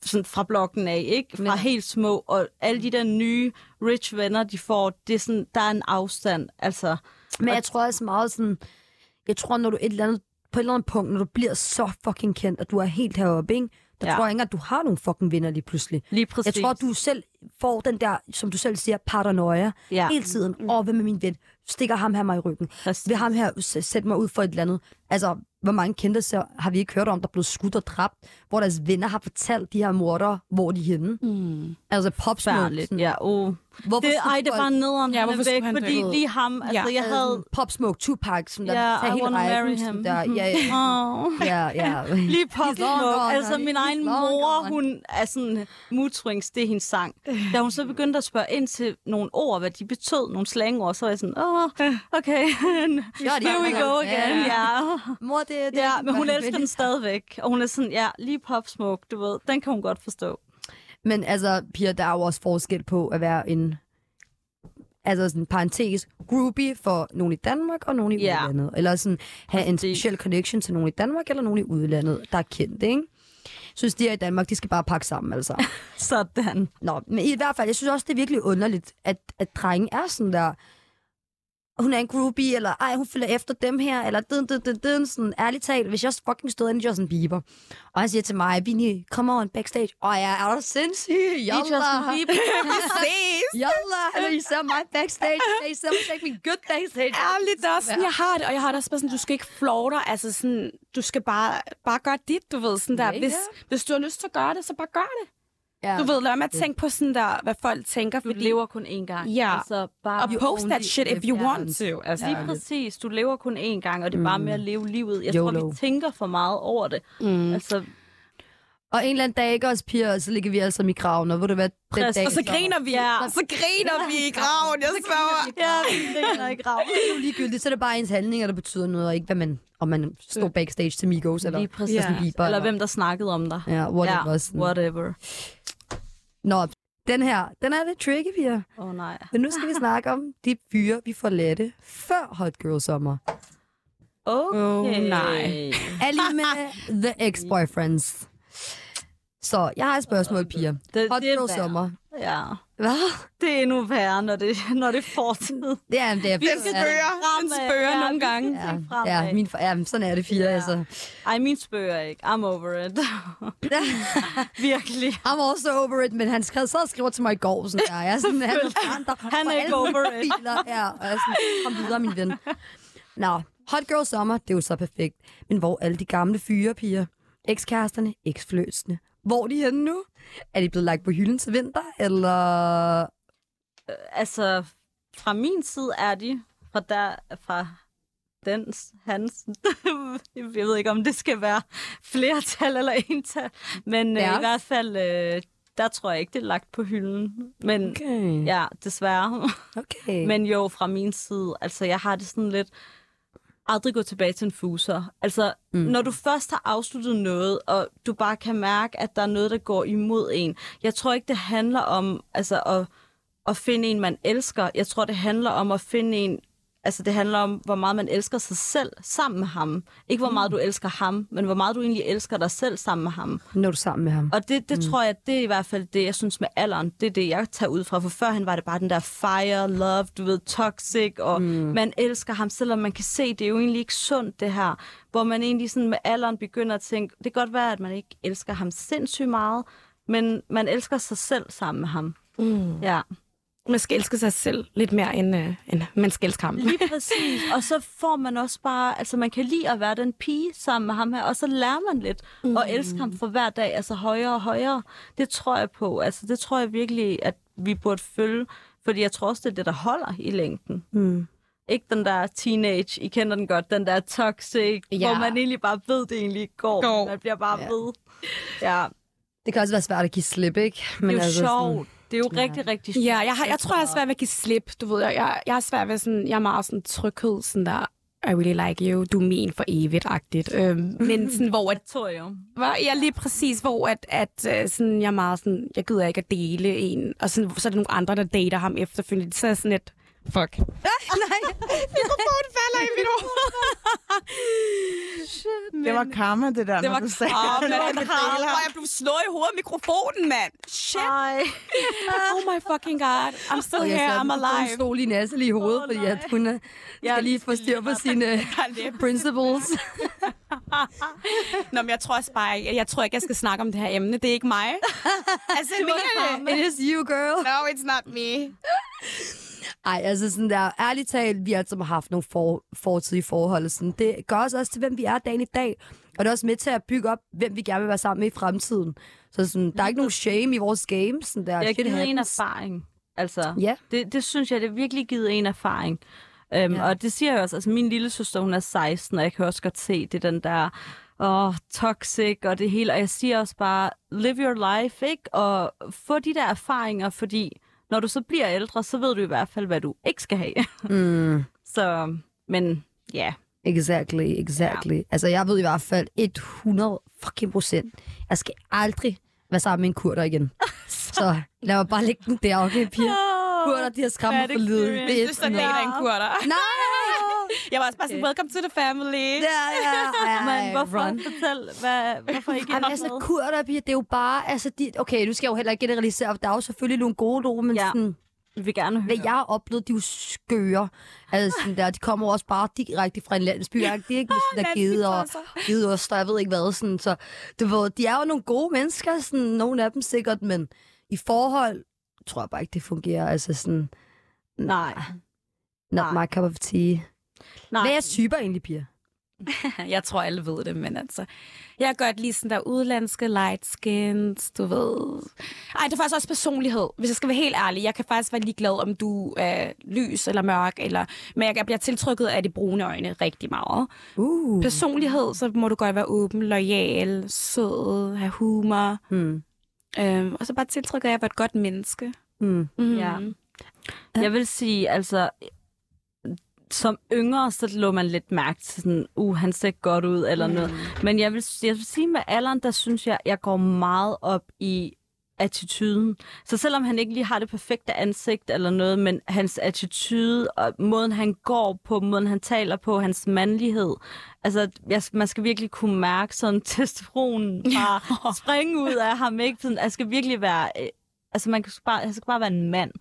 sådan fra blokken af, ikke? Fra Ja. helt små, og alle de der nye rich venner, de får, det er sådan, der er en afstand, altså. Men jeg tror også meget sådan, jeg tror, når du et eller andet, på et eller andet punkt, når du bliver så fucking kendt, at du er helt heroppe, ikke? der ja. Ja. tror jeg ikke, at du har nogle fucking venner lige pludselig. Lige præcis. Jeg tror, du selv får den der, som du selv siger, paranoia ja. Ja. Mm. hele tiden. Åh, oh, hvem er min ven? Stikker ham her mig i ryggen? Præcis. Vil ham her s- sætte mig ud for et eller andet? Altså, hvor mange kendte så har vi ikke hørt om, der er blevet skudt og dræbt, hvor deres venner har fortalt de her mordere, hvor de er henne? Mm. Altså popsmål. Forfærdeligt, ja. Oh. Hvorfor Det, skulle ej, det folk- var nederen, ja, Ja, han hvorfor er skulle væk, han fordi dø? lige ham, altså Ja. jeg havde... Pop Smoke Tupac, som der Ja, tager I hele wanna marry rækken. him. som Der, ja, ja. Oh. Ja, ja. Lige pop He's long nok. gone, Altså, honey. min He's egen long mor, gone. hun er sådan, Mutrings, det er hendes sang. Da hun så begyndte at spørge ind til nogle ord, hvad de betød, nogle slangord, så var jeg sådan, åh, oh, okay, here we go again. Ja. Mor, det, det ja, men hun elsker den stadigvæk. Og hun er sådan, ja, lige popsmoke, du ved, den kan hun godt forstå. Men altså, Pia, der er jo også forskel på at være en altså sådan en parentes, groupie for nogen i Danmark og nogen i Ja. udlandet. Eller sådan have en Præcis. speciel connection til nogen i Danmark eller nogen i udlandet, der er kendt, ikke? Jeg synes, de her i Danmark, de skal bare pakke sammen, altså. Sådan. Nå, men i hvert fald, jeg synes også, det er virkelig underligt, at, at drenge er sådan der, hun er en groupie, eller ej, hun følger efter dem her, eller dun, dun, dun, dun, sådan, ærligt talt, hvis jeg fucking stod inde i Justin Bieber, og han siger til mig, Vinnie, come on, backstage, og jeg er du sindssyg, Justin jalla, Bieber. Vi ses. jalla, eller I ser mig backstage, hey, I ser mig take me good backstage. Ærligt, det er også sådan, jeg har det, og jeg har det også bare sådan, du skal ikke flove dig, altså sådan, du skal bare, bare gøre dit, du ved, sådan der, Ja, hvis, hvis du har lyst til at gøre det, så bare gør det. Du ved, lad være med at tænke på sådan der, hvad folk tænker, Du lever kun én gang. Ja. Altså, bare og post that only shit if live you your want hands. to. Altså, Lige præcis. Du lever kun én gang, og det er bare med at leve livet. Jeg tror, Mm. YOLO. vi tænker for meget over det. Mm. Altså, Og en eller anden dag, ikke også piger, så ligger vi alle sammen i graven, og ved du hvad, den Præcis. dag, og så griner vi, Ja. så griner vi i graven, jeg spørger. ja, vi griner i graven. det er jo ligegyldigt, så er det bare ens handlinger, der betyder noget, og ikke hvad man, om man står backstage til Migos, eller Øh. Lige præcis. Justin Bieber, Eller hvem der snakkede om dig. Ja, whatever. Ja, sådan. whatever. Nå, den her, den er lidt tricky, piger. Åh oh, nej. Men nu skal vi snakke om de fyre, vi får lette før Hot Girl Summer. Okay. Åh, nej. Alle med The Ex-Boyfriends. Så jeg har et spørgsmål, piger. det Hot er Girl værd. Summer. Ja. Hvad? Det er endnu værre, når det, når det er fortid. Det er, det er, Den spørger, den spørger Ja, nogle vi- gange. Ja, fremad. ja, min, for- ja, sådan er det, piger. Ja. Altså. Ej, min spørger ikke. I'm over it. altså. Virkelig. I'm also over it, men han skrev, sad og skriver til mig i går, sådan der. Jeg er sådan, han, han, der, Han er ikke over it. Biler. Ja, og jeg er sådan, kom videre, min ven. Nå, Hot Girl Summer, det er jo så perfekt. Men hvor er alle de gamle fyre, piger? Ekskæresterne, eksfløsende. Hvor er de henne nu? Er de blevet lagt på hylden til vinter, eller... Altså, fra min side er de, fra der, fra dens, hans, jeg ved ikke, om det skal være flertal eller ental, men ja. Ja. øh, i hvert fald, øh, der tror jeg ikke, det er lagt på hylden. Men okay. Okay. ja, desværre. okay. Men, Men jo, fra min side, altså jeg har det sådan lidt, aldrig gå tilbage til en fuser. Altså, mm. når du først har afsluttet noget, og du bare kan mærke, at der er noget, der går imod en. Jeg tror ikke, det handler om altså, at, at finde en, man elsker. Jeg tror, det handler om at finde en, altså det handler om, hvor meget man elsker sig selv sammen med ham. Ikke hvor meget du elsker ham, men hvor meget du egentlig elsker dig selv sammen med ham. Når du er sammen med ham. Og det, det mm. tror jeg, det er i hvert fald det, jeg synes med alderen, det er det, jeg tager ud fra. For førhen var det bare den der fire, love, du ved, toxic, og mm. man elsker ham, selvom man kan se, det er jo egentlig ikke sundt det her. Hvor man egentlig sådan med alderen begynder at tænke, det kan godt være, at man ikke elsker ham sindssygt meget, men man elsker sig selv sammen med ham. Mm. Ja. Man skal elske sig selv lidt mere, end, øh, end man skal elske ham. Lige præcis. Og så får man også bare, altså man kan lide at være den pige sammen med ham her, og så lærer man lidt mm. og elsker ham for hver dag, altså højere og højere. Det tror jeg på. Altså det tror jeg virkelig, at vi burde følge, fordi jeg tror også, det er det, der holder i længden. Mm. Ikke den der teenage, I kender den godt, den der toxic, ja. hvor Ja. man egentlig bare ved, det egentlig ikke går. Går. går. Man bliver bare ja. ved. Ja, Det kan også være svært at give slip, ikke? det er jo altså sådan- sjovt. Det er jo rigtig, rigtig sjovt. Ja, jeg, har, jeg tror, jeg har svært ved at give slip. Du ved, jeg, jeg, jeg har svært ved sådan, jeg er meget sådan tryghed, sådan der, I really like you, du er min for evigt-agtigt. Øhm, men sådan, hvor at, Torium. var jeg lige præcis, hvor at, at øh, sådan, jeg er meget sådan, jeg gider ikke at dele en, og sådan, så er der nogle andre, der dater ham efterfølgende, så er jeg sådan lidt, fuck. Nej, Mikrofonen falder i mit hoved. Det var karma, det der, Det var når du sagde. kramme, at han du har, deler. og jeg blev slået i hovedet af mikrofonen, mand. Shit. Ej. Ah, Oh my fucking god. I'm still og jeg here, satte I'm en alive. stol i Nassel i hovedet, Åh, fordi nej. at hun øh, skal lige få styr på sine øh, principles. Nå, men jeg tror også bare, ikke- jeg tror ikke, jeg skal snakke om det her emne. Det er ikke mig. altså, jeg mener det. It is you, girl. No, it's not me. Ej, altså sådan der, ærligt talt, vi har altid haft nogle for, fortidige forhold. og Sådan. Det gør os også til, hvem vi er dagen i dag. Og det er også med til at bygge op, hvem vi gerne vil være sammen med i fremtiden. Så sådan, der er ikke nogen shame i vores game. Sådan der. Det har Shit givet en happens. erfaring. Altså, Ja. det, det synes jeg, det har virkelig givet en erfaring. Øhm, ja. Og det siger jeg også, altså min lille søster, hun er 16, og jeg kan også godt se, det er den der, åh, toxic og det hele. Og jeg siger også bare, live your life, ikke? Og få de der erfaringer, fordi når du så bliver ældre, så ved du i hvert fald, hvad du ikke skal have. Mm. så, men ja, Exactly, exactly. Ja. Altså, jeg ved i hvert fald 100 fucking procent. Jeg skal aldrig være sammen med en kurder igen. Så lad mig bare lægge den der, okay, piger? Ah. Kurder, de har skræmt mig bad for livet. experience. Det er Så sådan det noget. er en kurder. Nej! Jeg var også bare sådan, welcome to the family. Ja, ja, ja. men hvorfor run. fortæl, hvad, hvorfor ikke Jamen, nok altså, med? kurder, piger, det er jo bare... Altså, de, okay, nu skal jeg jo heller ikke generalisere, for der er jo selvfølgelig nogle gode ord, men ja. Ja. sådan... Vi vil gerne høre. Hvad jeg har oplevet, de er jo skøre. Altså, sådan der, de kommer også bare direkte fra en landsby. Ja. Det er ikke med sådan der givet og givet os, og jeg ved ikke hvad. Sådan, så, du ved, de er jo nogle gode mennesker, sådan, nogle af dem sikkert, men i forhold tror jeg bare ikke, det fungerer. Altså sådan, Nej. not my cup of tea. Nej. Hvad er typer egentlig, piger? Jeg tror, alle ved det, men altså... Jeg kan godt lide sådan der udlandske light skins, du ved... Ej, det er faktisk også personlighed. Hvis jeg skal være helt ærlig, jeg kan faktisk være ligeglad, om du er lys eller mørk, eller... men jeg jeg bliver tiltrykket af de brune øjne rigtig meget. Mm. Uh. Personlighed, så må du godt være åben, lojal, sød, have humor. Mm. Øhm, og så bare tiltrykket af at være et godt menneske. Mm. Mm. Ja. Jeg vil sige, altså, som yngre, så lå man lidt mærke til sådan, uh, han ser godt ud, eller mm. noget. Men jeg vil, jeg vil sige, med alderen, der synes jeg, jeg går meget op i attituden. Så selvom han ikke lige har det perfekte ansigt eller noget, men hans attitude og måden, han går på, måden, han taler på, hans mandlighed. Altså, jeg, man skal virkelig kunne mærke sådan testosteronen bare springe ud af ham, ikke? Sådan, jeg skal virkelig være... øh, Altså, man kan bare, han skal bare være en mand.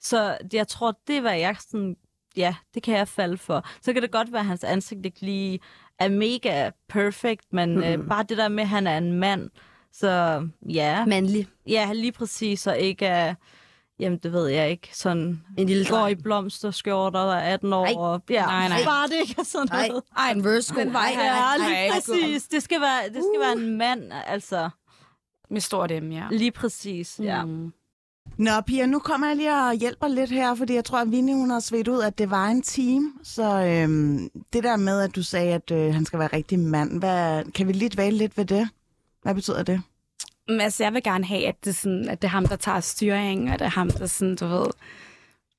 Så det- jeg tror, det var jeg sådan, ja, det kan jeg falde for. Så kan det godt være, at hans ansigt ikke lige er mega perfect, men mm. øh, bare det der med, at han er en mand. Så ja, men... Mandlig. ja lige præcis, og ikke er, jamen det ved jeg ikke, sådan En lille går dreng. i blomsterskjorter og er 18 år. Ej. Og, ja, Nej, nej. Bare det ikke er sådan Nej, noget. Ej, en versko. Nej, Ja, lige nej, nej. præcis. Det skal være, det skal uh. være en mand, altså. Med stort dem, ja. Lige præcis, ja. Mm. Nå, Pia, nu kommer jeg lige og hjælper lidt her, fordi jeg tror, at Vinnie, hun har svedt ud, at det var en time. Så øhm, det der med, at du sagde, at øh, han skal være rigtig mand, hvad, kan vi lige dvæle lidt ved det? Hvad betyder det? Men altså, jeg vil gerne have, at det, er sådan, at det er ham, der tager styring, og det er ham, der sådan, du ved...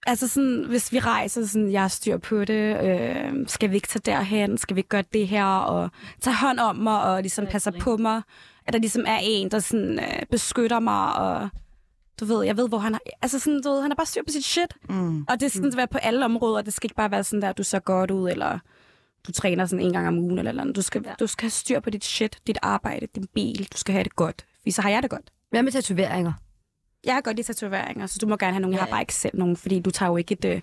Altså sådan, hvis vi rejser, sådan, jeg har styr på det, øh, skal vi ikke tage derhen, skal vi ikke gøre det her, og tage hånd om mig, og ligesom passer på mig, at der ligesom er en, der sådan, øh, beskytter mig, og du ved, jeg ved, hvor han har, altså sådan, du ved, han har bare styr på sit shit, Mm. og det er sådan, at være på alle områder, det skal ikke bare være sådan der, du ser godt ud, eller du træner sådan en gang om ugen, eller, eller andet. Du skal, ja. du skal have styr på dit shit, dit arbejde, din bil, du skal have det godt, fordi så har jeg det godt. Hvad med tatoveringer? Jeg har godt lide tatoveringer, så du må gerne have nogen. Jeg har bare ikke selv nogen, fordi du tager jo ikke et øh,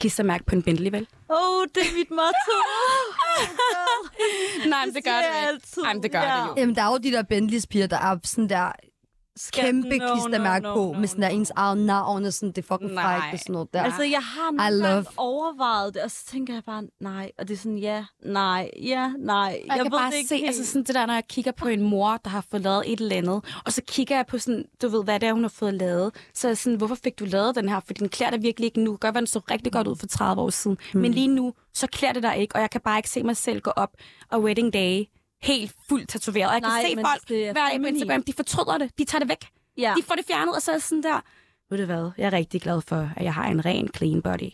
klistermærke på en Bentley, vel? Åh, oh, det er mit motto. Nej, men det gør siger det jeg ikke. altid. Nej, men det gør det jo. Jamen, der er jo de der Bentleys piger, der er sådan der Skal- kæmpe no, no, klistermærke no, på, no, med sådan der no. ens eget navn og sådan, det er fucking Nej. frækt og sådan noget der. Altså, jeg har I nogle love- gange overvejet det, og så tænker jeg bare, nej. Og det er sådan, ja, nej, ja, nej. Jeg, jeg kan ved bare det ikke se, helt. altså sådan det der, når jeg kigger på en mor, der har fået lavet et eller andet, og så kigger jeg på sådan, du ved, hvad det er, hun har fået lavet. Så er jeg sådan, hvorfor fik du lavet den her? For den klæder dig virkelig ikke nu. Det kan Godt, være, den så rigtig godt ud for 30 år siden. Mm. Men lige nu, så klæder det dig ikke, og jeg kan bare ikke se mig selv gå op og wedding day helt fuldt tatoveret. Og jeg Nej, kan se men folk det er hver dag på feminin. Instagram, de fortryder det, de tager det væk. ja. De får det fjernet, og så er jeg sådan der, ved du hvad, jeg er rigtig glad for, at jeg har en ren, clean body.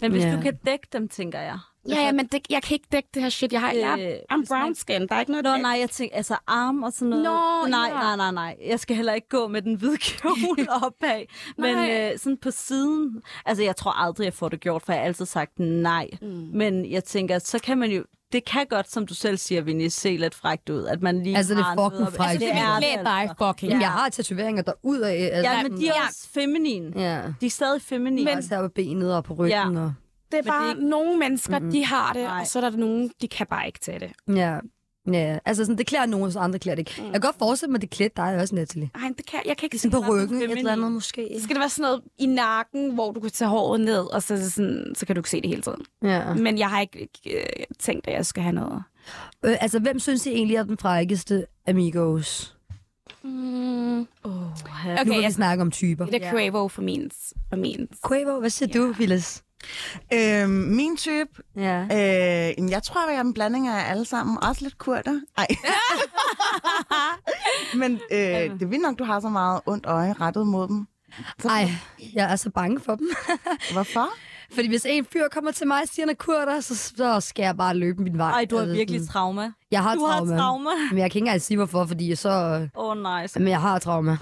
Men hvis Ja. du kan dække dem, tænker jeg. Ja, ja, men det, jeg kan ikke dække det her shit. Jeg har, jeg, Øh, er- I'm brown skin, der er ikke noget... Nå, nej, jeg tænker, altså arm og sådan noget. Nå, nej, ja. nej, nej, nej. Jeg skal heller ikke gå med den hvide kjole opad. Men Nej. øh, sådan på siden. Altså, jeg tror aldrig, jeg får det gjort, for jeg har altid sagt nej. Mm. Men jeg tænker, så kan man jo... Det kan godt, som du selv siger, Vinnie, se lidt frækt ud. At man lige Altså, det er har en fucking fed op- frækt. det Det er det Klæd dig altså. fucking. Jamen, jeg har tatoveringer der ud af. Altså, Ja, men de er Ja. også feminine. ja. De er stadig feminine. Også her på benet og på ryggen. Ja. Og, Det er Men bare det er nogle mennesker, de har det, Nej. og så er der nogen, de kan bare ikke tage det. ja. Ja, altså sådan, det klæder nogen, så andre klæder det ikke. Jeg kan godt forestille mig, at det klæder dig også, Natalie. Ej, det kan, jeg kan ikke Sådan Ligesom på mig. ryggen, et eller andet feminin. måske. Så skal det være sådan noget i nakken, hvor du kan tage håret ned, og så, er det sådan, så kan du ikke se det hele tiden. Ja. Men jeg har ikke øh, tænkt, at jeg skal have noget. Øh, altså, hvem synes I egentlig er den frækkeste Amigos? Mm. Åh, Nu Okay, kan jeg, vi snakke om typer. det er Quavo for min. For min. Quavo, hvad siger du, Phyllis? Øhm, min type, Ja. øh, jamen, jeg tror, jeg er en blanding af alle sammen. Også lidt kurder. Ej. Men øh, det er vildt nok, du har så meget ondt øje rettet mod dem. Så, Ej, jeg er så bange for dem. Hvorfor? Fordi hvis en fyr kommer til mig og siger, han er kurder, så, så skal jeg bare løbe min vej. Ej, du har Altså, virkelig sådan, trauma. Jeg har Du har trauma. trauma. øh, Men jeg kan ikke engang sige, hvorfor, fordi jeg så... Åh, oh, nej. Nice. Men jeg har trauma.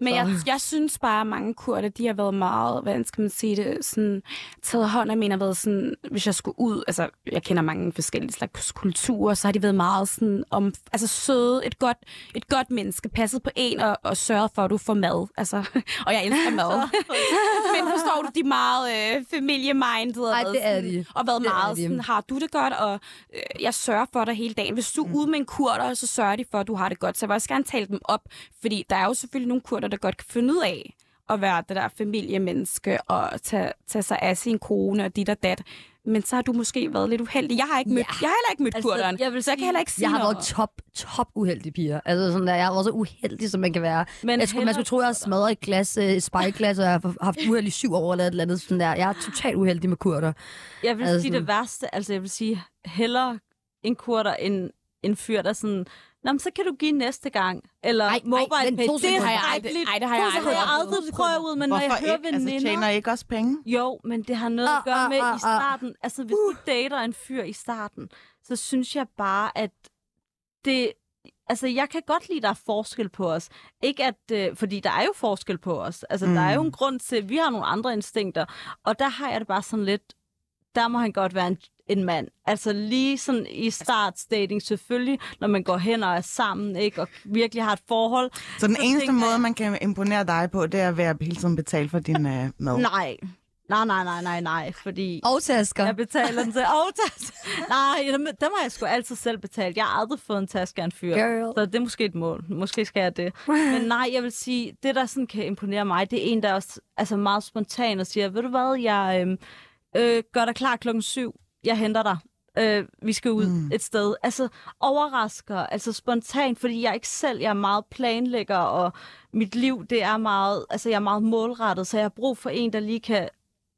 Men jeg, jeg synes bare, at mange kurder, de har været meget, hvordan skal man sige det, sådan, taget hånd om en og været sådan, hvis jeg skulle ud, altså jeg kender mange forskellige slags kulturer, så har de været meget sådan om, altså søde, et godt, et godt menneske, passet på en og, og sørget for, at du får mad. Altså, og jeg elsker mad. Men forstår du, de er meget øh, familie-minded. og Ej, været det er sådan- de. Og været Det er meget de. sådan, har du det godt, og øh, jeg sørger for dig hele dagen. Hvis du er ude med en kurder, så sørger de for, at du har det godt. Så jeg vil også gerne tale dem op, fordi der er jo selvfølgelig nogle kurder, der godt kan finde ud af at være det der familiemenneske og tage, tage sig af sin kone og dit og dat. Men så har du måske været lidt uheldig. Jeg har ikke mødt, ja. jeg har heller ikke mødt altså, Altså, kurderen, jeg vil så jeg kan sige, heller ikke sige Jeg har noget. været top, top uheldig piger. Altså sådan der, jeg har været så uheldig, som man kan være. Men Men jeg skulle, man hellere- skulle tro, jeg har smadret et glas, øh, et spejlglas, og jeg har haft uheld i syv år eller et eller andet sådan der. Jeg er totalt uheldig med kurder. Jeg vil Altså altså, sige sådan- det værste, altså jeg vil sige hellere en kurder end en fyr, der sådan, Nå, men så kan du give næste gang. Eller Ej, ej, ej, mobile men pay. to det sekunder. har Ej, jeg ej, aldrig, det- ej, det har jeg aldrig har jeg oplevet. aldrig prøvet, men når jeg Hvorfor hører ikke? Altså, veninder... tjener I ikke også penge? Jo, men det har noget Ah, at gøre ah, med ah, Uh. i ah. starten. Altså, hvis du dater en fyr i starten, så synes jeg bare, at det... Altså, jeg kan godt lide, at der er forskel på os. Ikke at... Øh, fordi der er jo forskel på os. Altså, mm. der er jo en grund til, at vi har nogle andre instinkter. Og der har jeg det bare sådan lidt... Der må han godt være en, en mand. Altså, lige sådan i Altså startstating selvfølgelig, når man går hen og er sammen, ikke? Og virkelig har et forhold. Så den Så eneste tænker måde, jeg- man kan imponere dig på, det er ved at hele tiden betale for din øh, mad. Nej. Nej, nej, nej, nej, nej. Fordi... Og tasker. Jeg betaler den til. Åh, tas- Nej, dem, dem har jeg sgu altid selv betalt. Jeg har aldrig fået en taske af en fyr. Girl. Så det er måske et mål. Måske skal jeg det. Men nej, jeg vil sige, det der sådan kan imponere mig, det er en, der er også altså meget spontan og siger, ved du hvad, jeg øhm, øh, gør dig klar klokken syv. Jeg henter dig. Øh, vi skal ud mm. et sted. Altså overrasker, altså spontan, fordi jeg ikke selv, jeg er meget planlægger, og mit liv, det er meget, altså jeg er meget målrettet, så jeg har brug for en, der lige kan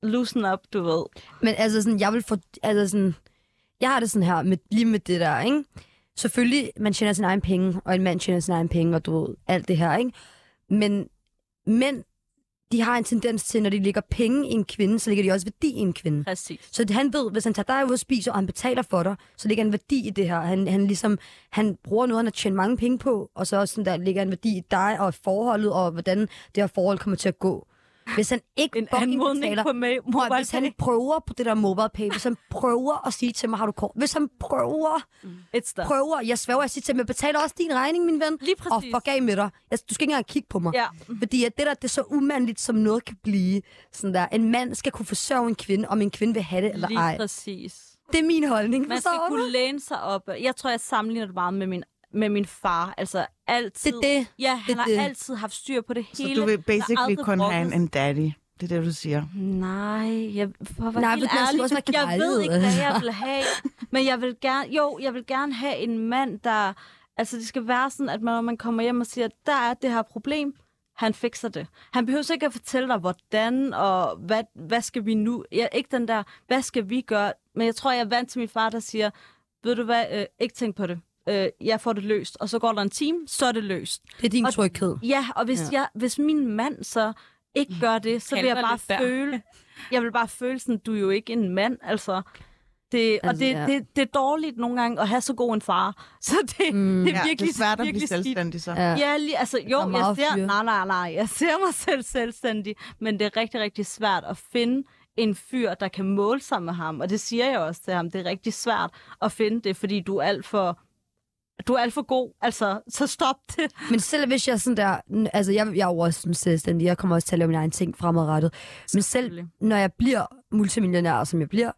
loosen up, du ved. Men altså sådan, jeg vil få, altså sådan, jeg har det sådan her, med, lige med det der, ikke? Selvfølgelig, man tjener sin egen penge, og en mand tjener sin egen penge, og du ved, alt det her, ikke? Men mænd, de har en tendens til, når de lægger penge i en kvinde, så lægger de også værdi i en kvinde. Præcis. Så han ved, hvis han tager dig ud og spiser, og han betaler for dig, så ligger en værdi i det her. Han, han, ligesom, han bruger noget, han har tjent mange penge på, og så også sådan der ligger en værdi i dig og forholdet, og hvordan det her forhold kommer til at gå. Hvis han ikke en fucking anmodning betaler, på ma- Prøv, at- mobile hvis pay. han prøver på det der mobile pay, hvis han prøver at sige til mig, har du kort? Hvis han prøver, It's done. prøver, jeg sværger, jeg siger til ham, jeg betaler også din regning, min ven. Altså. Lige Og præcis. fuck af med dig. Jeg, du skal ikke engang kigge på mig. Ja. Fordi at det der, det er så umandligt, som noget kan blive. Sådan der. En mand skal kunne forsørge en kvinde, om en kvinde vil have det eller Lige ej. præcis. Det er min holdning, Man skal forstår du? kunne læne sig op. Jeg tror, jeg sammenligner det meget med min, med min far. Altså altid. Det er det. Ja, han Det er har det. altid haft styr på det Så hele. du vil Der er basically aldrig kun have en, brokket. en daddy. Det er det, du siger. Nej, jeg, for at være Nej, men helt man skal ærlig, også være jeg ved knejdet. ikke, hvad jeg vil have. Men jeg vil gerne, jo, jeg vil gerne have en mand, der... Altså, det skal være sådan, at man, når man kommer hjem og siger, der er det her problem, han fikser det. Han behøver så ikke at fortælle dig, hvordan, og hvad, hvad skal vi nu? Jeg, ikke den der, hvad skal vi gøre? Men jeg tror, jeg er vant til min far, der siger, ved du hvad, øh, ikke tænk på det. Øh, jeg får det løst. Og så går der en time, så er det løst. Det er din Og- tryghed. Ja, og hvis, ja. Jeg, hvis min mand så ikke gør det, så vil jeg Kalder bare lidt der. føle, jeg vil bare føle sådan, du er jo ikke en mand, altså. Det, og Altså, det, ja. ja. det, det er dårligt nogle gange at have så god en far. Så det, mm, det er Ja, virkelig, det er svært at blive virkelig skidt. selvstændig så. Ja. Ja, lige, altså er jo, jeg meget ser, fyre. nej, nej, nej, jeg ser mig selv selvstændig, men det er rigtig, rigtig svært at finde en fyr, der kan måle sig med ham, og det siger jeg også til ham, det er rigtig svært at finde det, fordi du er alt for, du er alt for god, altså, så stop det. Men selv hvis jeg sådan der... n- Altså, jeg, jeg er jo også sådan selvstændig. Jeg kommer også til at lave mine egne ting fremadrettet. Men selv Selvfølgelig. når jeg bliver multimillionær, som jeg bliver,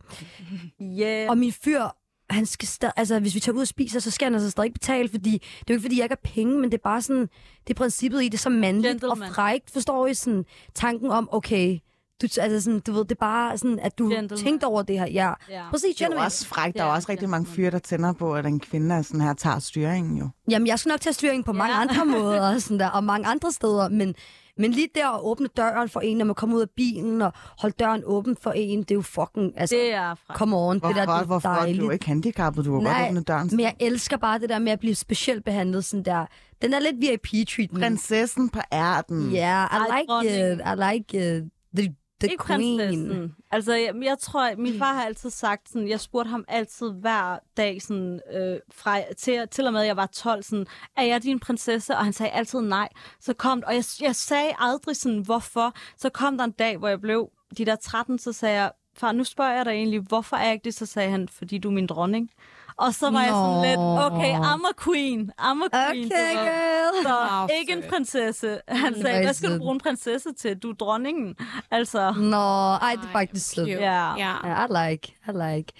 Yeah. Og min fyr, han skal stadig, altså hvis vi tager ud og spiser, så skal han altså stadig ikke betale, fordi det er jo ikke fordi, jeg ikke har penge, men det er bare sådan, det er princippet i det, så mandligt Gentleman. Gentleman. og frægt, forstår I sådan tanken om, okay, du, altså sådan, du ved, det er bare sådan, at du Gentleman. Gentleman. tænkte over det her, ja. Ja. Præcis, Det er jo gentleman. også frækt. Der Det er er også det, rigtig ja. mange fyre, der tænder på, at en kvinde er sådan her tager styringen jo. Jamen, jeg skal nok tage styring på mange Ja. andre måder og, sådan der, og mange andre steder, men, men lige der at åbne døren for en, når man kommer ud af bilen og holde døren åben for en, det er jo fucking, altså, Det er fra. come on, det der, det Hvorfor, er hvorfor er dejligt. du ikke handicappet? Du har godt åbnet døren. men jeg elsker bare det der med at blive specielt behandlet sådan der. Den er lidt VIP-treatment. Prinsessen på ærten. Yeah, I Ej, like dronning. it. I like it. Det, The ikke Queen. prinsessen. Altså, jeg, jeg tror, at min far har altid sagt sådan, jeg spurgte ham altid hver dag, sådan, øh, fra, til, til og med, at jeg var 12, sådan, er jeg din prinsesse? Og han sagde altid nej. Så kom, og jeg, jeg sagde aldrig sådan, hvorfor. Så kom der en dag, hvor jeg blev de der 13, så sagde jeg, far, nu spørger jeg dig egentlig, hvorfor er jeg ikke det? Så sagde han, fordi du er min dronning. Og så var Nå. jeg sådan lidt, okay, I'm a queen, I'm a queen. du Okay, ved. girl. Så ikke en prinsesse. Han sagde, hvad skal du bruge en prinsesse til? Du er dronningen. Altså, Nå, ej, det er faktisk sødt. Jo. Ja. ja. Ja, I like, I like.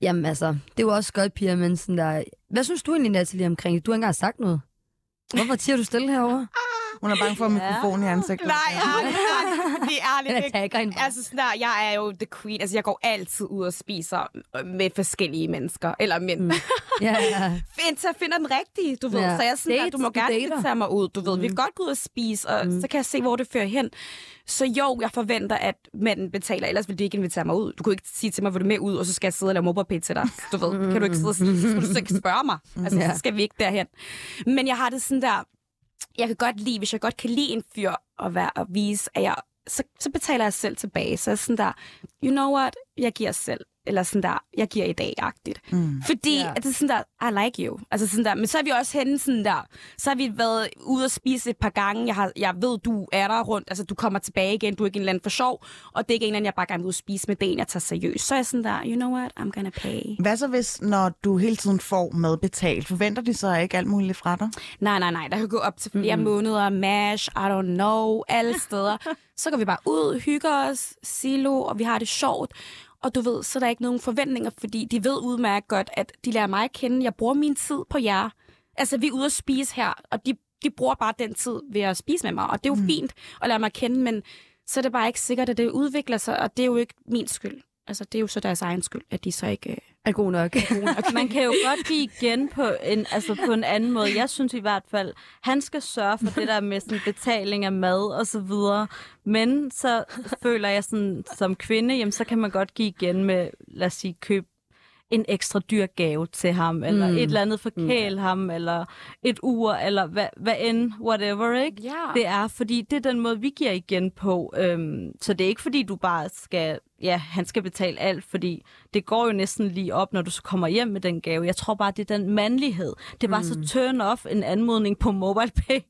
Jamen altså, det er jo også godt, Pia, men sådan der... Hvad synes du egentlig, Natalie, omkring det? Du har ikke engang sagt noget. Hvorfor tiger du stille herovre? Hun er bange for en mikrofon i ansigtet. Nej, ærligt, nej. Det er ærligt. Jeg ikke. tager hende bare. Altså sådan der, jeg er jo the queen. Altså, jeg går altid ud og spiser øh, med forskellige mennesker. Eller mænd. Mm. Ja, ja. Indtil jeg finder den rigtige, du ved. Ja. Ja. Så jeg er sådan, der, Dates, du må du gerne dater. invitere mig ud, du ved. Mm. Vi kan godt gå ud og spise, og mm. så kan jeg se, hvor det fører hen. Så jo, jeg forventer, at manden betaler, ellers vil de ikke invitere mig ud. Du kunne ikke sige til mig, hvor du er med ud, og så skal jeg sidde og lave mobberpæt til dig. Du ved, kan du ikke sidde og sige, så skal du så ikke spørge mig. Altså, Mm. Ja. så skal vi ikke derhen. Men jeg har det sådan der, jeg kan godt lide, hvis jeg godt kan lide en fyr og, være, og vise, at jeg, så, så betaler jeg selv tilbage. Så jeg er sådan der, you know what, jeg giver selv. Eller sådan der, jeg giver i dag-agtigt. Mm. Fordi Ja. yeah. at det er sådan der, I like you. Altså sådan der, men så er vi også henne sådan der, så har vi været ude og spise et par gange. Jeg, har, jeg ved, du er der rundt, altså du kommer tilbage igen, du er ikke en eller anden for sjov. Og det er ikke en eller anden, jeg bare gerne vil ud og spise med, det er en, jeg tager seriøst. Så er jeg sådan der, you know what, I'm gonna pay. Hvad så hvis, når du hele tiden får medbetalt? Forventer de så ikke alt muligt fra dig? Nej, nej, nej, der kan gå op til flere mm-hmm. måneder, mash, I don't know, alle steder. så går vi bare ud, hygger os, silo, og vi har det sjovt. Og du ved, så er der ikke nogen forventninger, fordi de ved udmærket godt, at de lærer mig at kende. Jeg bruger min tid på jer. Altså, vi er ude at spise her, og de, de bruger bare den tid ved at spise med mig. Og det er jo mm. fint at lære mig at kende, men så er det bare ikke sikkert, at det udvikler sig, og det er jo ikke min skyld. Altså, det er jo så deres egen skyld, at de så ikke... Øh, Er god nok. Man kan jo godt blive igen på en, altså på en anden måde. Jeg synes i hvert fald, han skal sørge for det der med sådan betaling af mad og så videre. Men så føler jeg sådan, som kvinde, jamen, så kan man godt give igen med, lad os sige, køb en ekstra dyr gave til ham, eller mm. et eller andet forkæl mm. ham, eller et ur, eller hvad, hvad end, whatever, ikke? Ja. Det er, fordi det er den måde, vi giver igen på. Øhm, så det er ikke, fordi du bare skal, ja, han skal betale alt, fordi det går jo næsten lige op, når du så kommer hjem med den gave. Jeg tror bare, det er den mandlighed. Det er bare Mm. så turn off en anmodning på MobilePay.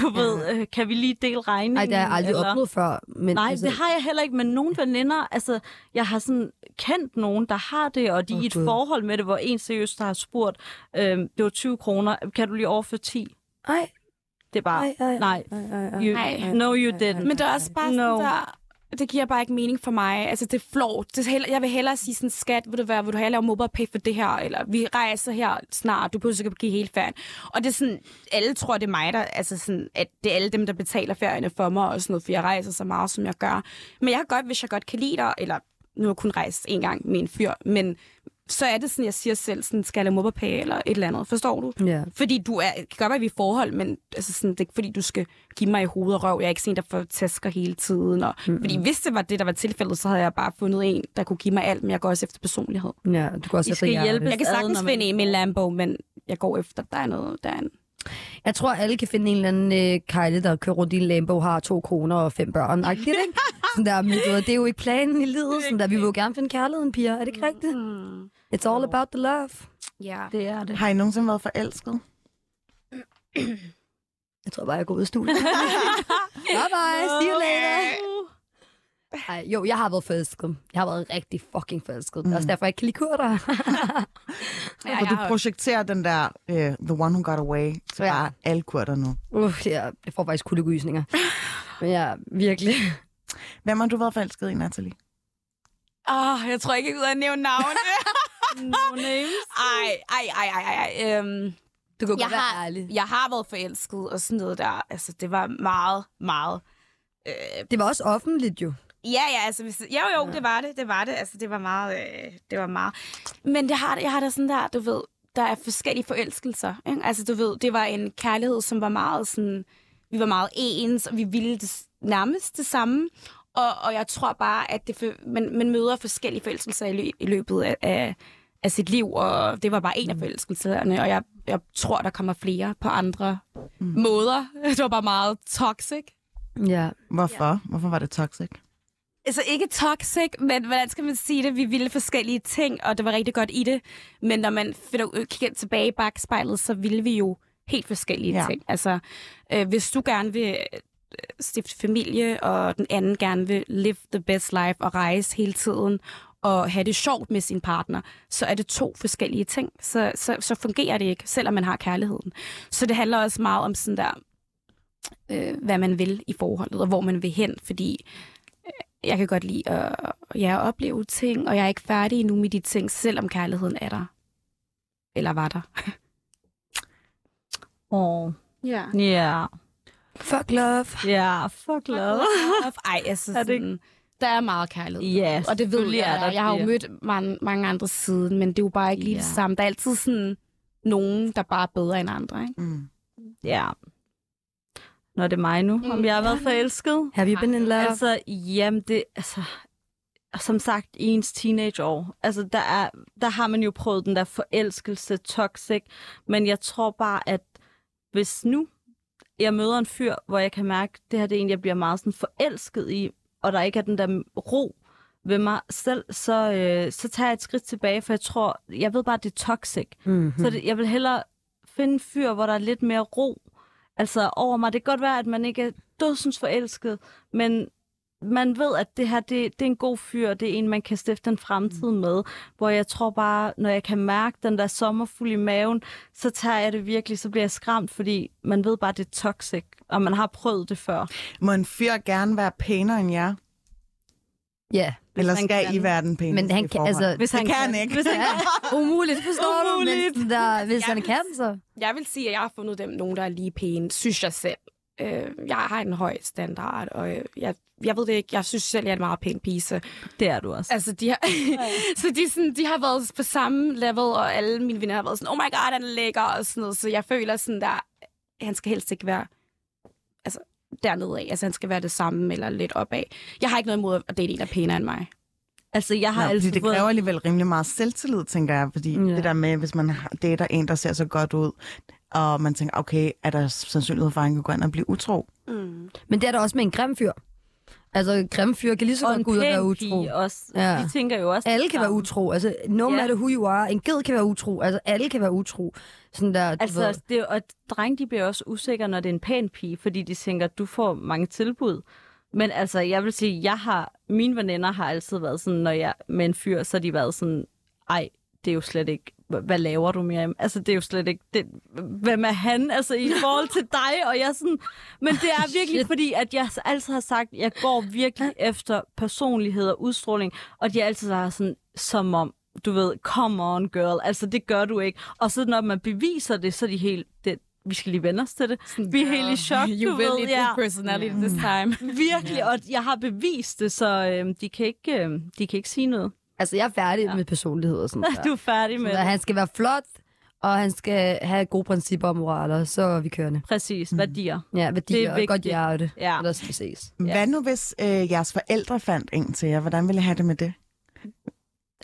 Du ved, øh, kan vi lige dele regningen? Nej, det har jeg aldrig eller- oplevet før. Men, altså. altså, Nej, det har jeg heller ikke, men nogle veninder, altså, jeg har sådan kendt nogen, der har det, og de er i et Gud. forhold med det, hvor en seriøst har spurgt, øhm, det var 20 kroner, kan du lige overføre 10? Ej, Det er bare, ej, ej, nej, ej, ej. you, Ej. no you didn't. Men det er også bare No. sådan der... Det giver bare ikke mening for mig. Altså, det er flot. Det er heller, jeg vil hellere sige sådan, skat, vil du, være, vil du have lave mobile pay for det her? Eller vi rejser her snart, du behøver sikkert give hele ferien. Og det er sådan, alle tror, det er mig, der, altså sådan, at det er alle dem, der betaler ferierne for mig og sådan noget, for jeg rejser så meget, som jeg gør. Men jeg kan godt, hvis jeg godt kan lide dig, eller nu har jeg kun rejst en gang med en fyr, men så er det sådan, jeg siger selv, sådan, skal jeg lave mobile pay eller et eller andet. Forstår du? Ja. Fordi du er, det kan godt være, vi er i forhold, men altså sådan, det er ikke fordi, du skal give mig i hoved og røv. Jeg er ikke sådan en, der får tæsker hele tiden. Og, mm-hmm. Fordi hvis det var det, der var tilfældet, så havde jeg bare fundet en, der kunne give mig alt, men jeg går også efter personlighed. Ja, du kan også I efter skal hjertet. hjælpe. Jeg kan Ad, sagtens når man- finde en med en Lambo, men jeg går efter, der er noget, der er en. Jeg tror, alle kan finde en eller anden øh, kejle, der kører rundt i en Lambo, har to koner og fem børn. Agtigt, ikke? Sådan der, men du ved, det er jo ikke planen i livet. Sådan der, vi vil jo gerne finde kærligheden, piger. Er det ikke rigtigt? Mm. It's all about the love. Ja. Det er det. Har I nogensinde været forelsket? Jeg tror bare, jeg går ud af studiet. bye bye, see you later. Ej, jo, jeg har været forelsket. Jeg har været rigtig fucking forelsket. Mm. Det er også derfor, jeg kan lide kurder. Ja, Hvor jeg du har- projekterer den der uh, The One Who Got Away til Ja. ja. bare alle kurder nu. Uff, jeg, jeg får faktisk kuldegysninger. Men ja, virkelig. Hvem har du været forelsket i, Natalie? Åh, oh, jeg tror ikke, jeg gider at nævne navne. No names. ej, ej, ej, ej, ej, ej. Øhm, Du kan jeg, godt være har, ærlig. jeg har været forelsket og sådan noget der. Altså, det var meget, meget... Øh, Det var også offentligt jo. Ja, ja, altså, hvis, jo, jo, ja. det var det, det var det, altså, det var meget, øh, det var meget. Men jeg har, jeg har da sådan der, du ved, der er forskellige forelskelser, ikke? Altså, du ved, det var en kærlighed, som var meget sådan, vi var meget ens, og vi ville det, s- nærmest det samme. Og, og jeg tror bare, at det, for- man, man møder forskellige forelskelser i, lø, i løbet af, af, af sit liv, og det var bare en af forelskelserne, og jeg, jeg tror, der kommer flere på andre mm. måder. Det var bare meget toxic. Ja. Hvorfor? Ja. Hvorfor var det toxic? Altså ikke toxic, men hvordan skal man sige det? Vi ville forskellige ting, og det var rigtig godt i det. Men når man finder, ud- kigger tilbage i bagspejlet, så ville vi jo helt forskellige Ja. ja. ting. Altså, øh, hvis du gerne vil øh, stifte familie, og den anden gerne vil live the best life og rejse hele tiden, og have det sjovt med sin partner, så er det to forskellige ting. Så, så, så fungerer det ikke, selvom man har kærligheden. Så det handler også meget om sådan der, øh, hvad man vil i forholdet, og hvor man vil hen, fordi øh, jeg kan godt lide at, ja, at opleve ting, og jeg er ikke færdig endnu med de ting, selvom kærligheden er der. Eller var der. Åh, Ja. ja. Fuck love. Ja, fuck love. Ej, altså Er det ikke- sådan, der er meget kærlighed. Ja, Og det ved selvfølgelig jeg, er der. der er. jeg har jo det. mødt mange, mange andre siden, men det er jo bare ikke lige Ja. det samme. Der er altid sådan nogen, der bare er bedre end andre, ikke? Mm. Ja. Nå, det er mig nu, mm. om jeg har været forelsket. Have you been in love? Altså, jamen det, altså, som sagt, i ens teenageår, altså der, er, der har man jo prøvet den der forelskelse, toxic, men jeg tror bare, at hvis nu jeg møder en fyr, hvor jeg kan mærke, at det her det er en, jeg bliver meget sådan forelsket i, og der ikke er den der ro ved mig selv, så, øh, så tager jeg et skridt tilbage, for jeg tror, jeg ved bare, at det er toxic. Mm-hmm. Så det, jeg vil hellere finde en fyr, hvor der er lidt mere ro altså over mig. Det kan godt være, at man ikke er dødsens forelsket, men man ved, at det her det, det er en god fyr, det er en, man kan stifte en fremtid Hmm. med. Hvor jeg tror bare, når jeg kan mærke den der sommerfuld i maven, så tager jeg det virkelig, så bliver jeg skræmt, fordi man ved bare, det er toxic, og man har prøvet det før. Må en fyr gerne være pænere end jer? Ja, Eller han skal kan. I være den pæneste men han kan, altså... Hvis Det kan han ikke. Hvis han, Ja, umuligt, forstår Umuligt. du? Men sådan der, hvis han Jamen. kan, så... Jeg vil sige, at jeg har fundet dem, nogen, der er lige pæne, synes jeg selv. Øh, jeg har en høj standard, og øh, jeg, jeg ved det ikke, jeg synes selv, jeg er en meget pæn pige, så det er du også. Altså, de har, så de, er sådan, de har været på samme level, og alle mine venner har været sådan, oh my god, han er lækker, og sådan noget. Så jeg føler sådan der, han skal helst ikke være altså, dernede af. Altså, han skal være det samme eller lidt opad. Jeg har ikke noget imod at date en, der er pænere end mig. Altså, jeg har Nej, fordi altid det fået- kræver alligevel rimelig meget selvtillid, tænker jeg. Fordi Ja. ja. det der med, hvis man har- dater en, der ser så godt ud, og man tænker, okay, er der sandsynlighed for, at han kan gå ind og blive utro? Mm. Men det er der også med en grim fyr. Altså, en grim fyr kan lige så og godt en gå ud og pæn være utro. pige også. Ja. De tænker jo også Alle det kan være samme. utro. Altså, no Ja. matter who you are. En ged kan være utro. Altså, alle kan være utro. Sådan der, du Altså, ved. det, er jo- og drenge, de bliver også usikre, når det er en pæn pige, fordi de tænker, at du får mange tilbud. Men altså, jeg vil sige, jeg har, mine veninder har altid været sådan, når jeg med en fyr, så har de været sådan, ej, det er jo slet ikke, hva- hvad laver du, Miriam? Altså, det er jo slet ikke, det, hvem er han, altså, i forhold til dig? Og jeg er sådan, men det er virkelig, fordi at jeg altid har sagt, jeg går virkelig efter personlighed og udstråling, og de altid har sådan, som om, du ved, come on girl, altså det gør du ikke. Og så når man beviser det, så er de helt, det, vi skal lige vende os til det. Vi er helt i chok, du ved. Ja, personality this time. virkelig, og jeg har bevist det, så øhm, de, kan ikke, øhm, de kan ikke sige noget. altså, jeg er færdig ja. med personlighed og sådan der. Du er færdig med Så det. han skal være flot, og han skal have gode principper og moraler. Så er vi kørende. Præcis, værdier. Ja, Det er værdier og godt vigtigt. hjerte. Ja. Ellers skal vi ses. Ja. Hvad nu, hvis øh, jeres forældre fandt en til jer? Hvordan ville I have det med det?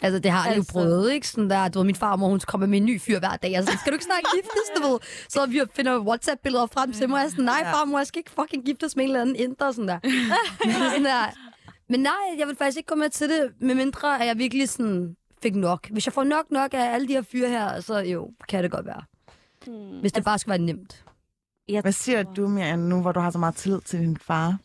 Altså, det har jeg Altså. jo prøvet, ikke? Sådan der, du ved, min farmor, hun kommer med en ny fyr hver dag. Altså, skal du ikke snart giftes, du ved? Så vi finder WhatsApp-billeder frem til mig, og jeg er sådan, nej, farmor, jeg skal ikke fucking giftes med en eller anden indre, sådan der. Men det er sådan der. Men nej, jeg vil faktisk ikke komme med til det, medmindre at jeg virkelig sådan fik nok. Hvis jeg får nok nok af alle de her fyre her, så jo, kan det godt være. Hmm. Hvis det bare skal være nemt. Hvad siger du, Miriam, nu hvor du har så meget tillid til din far?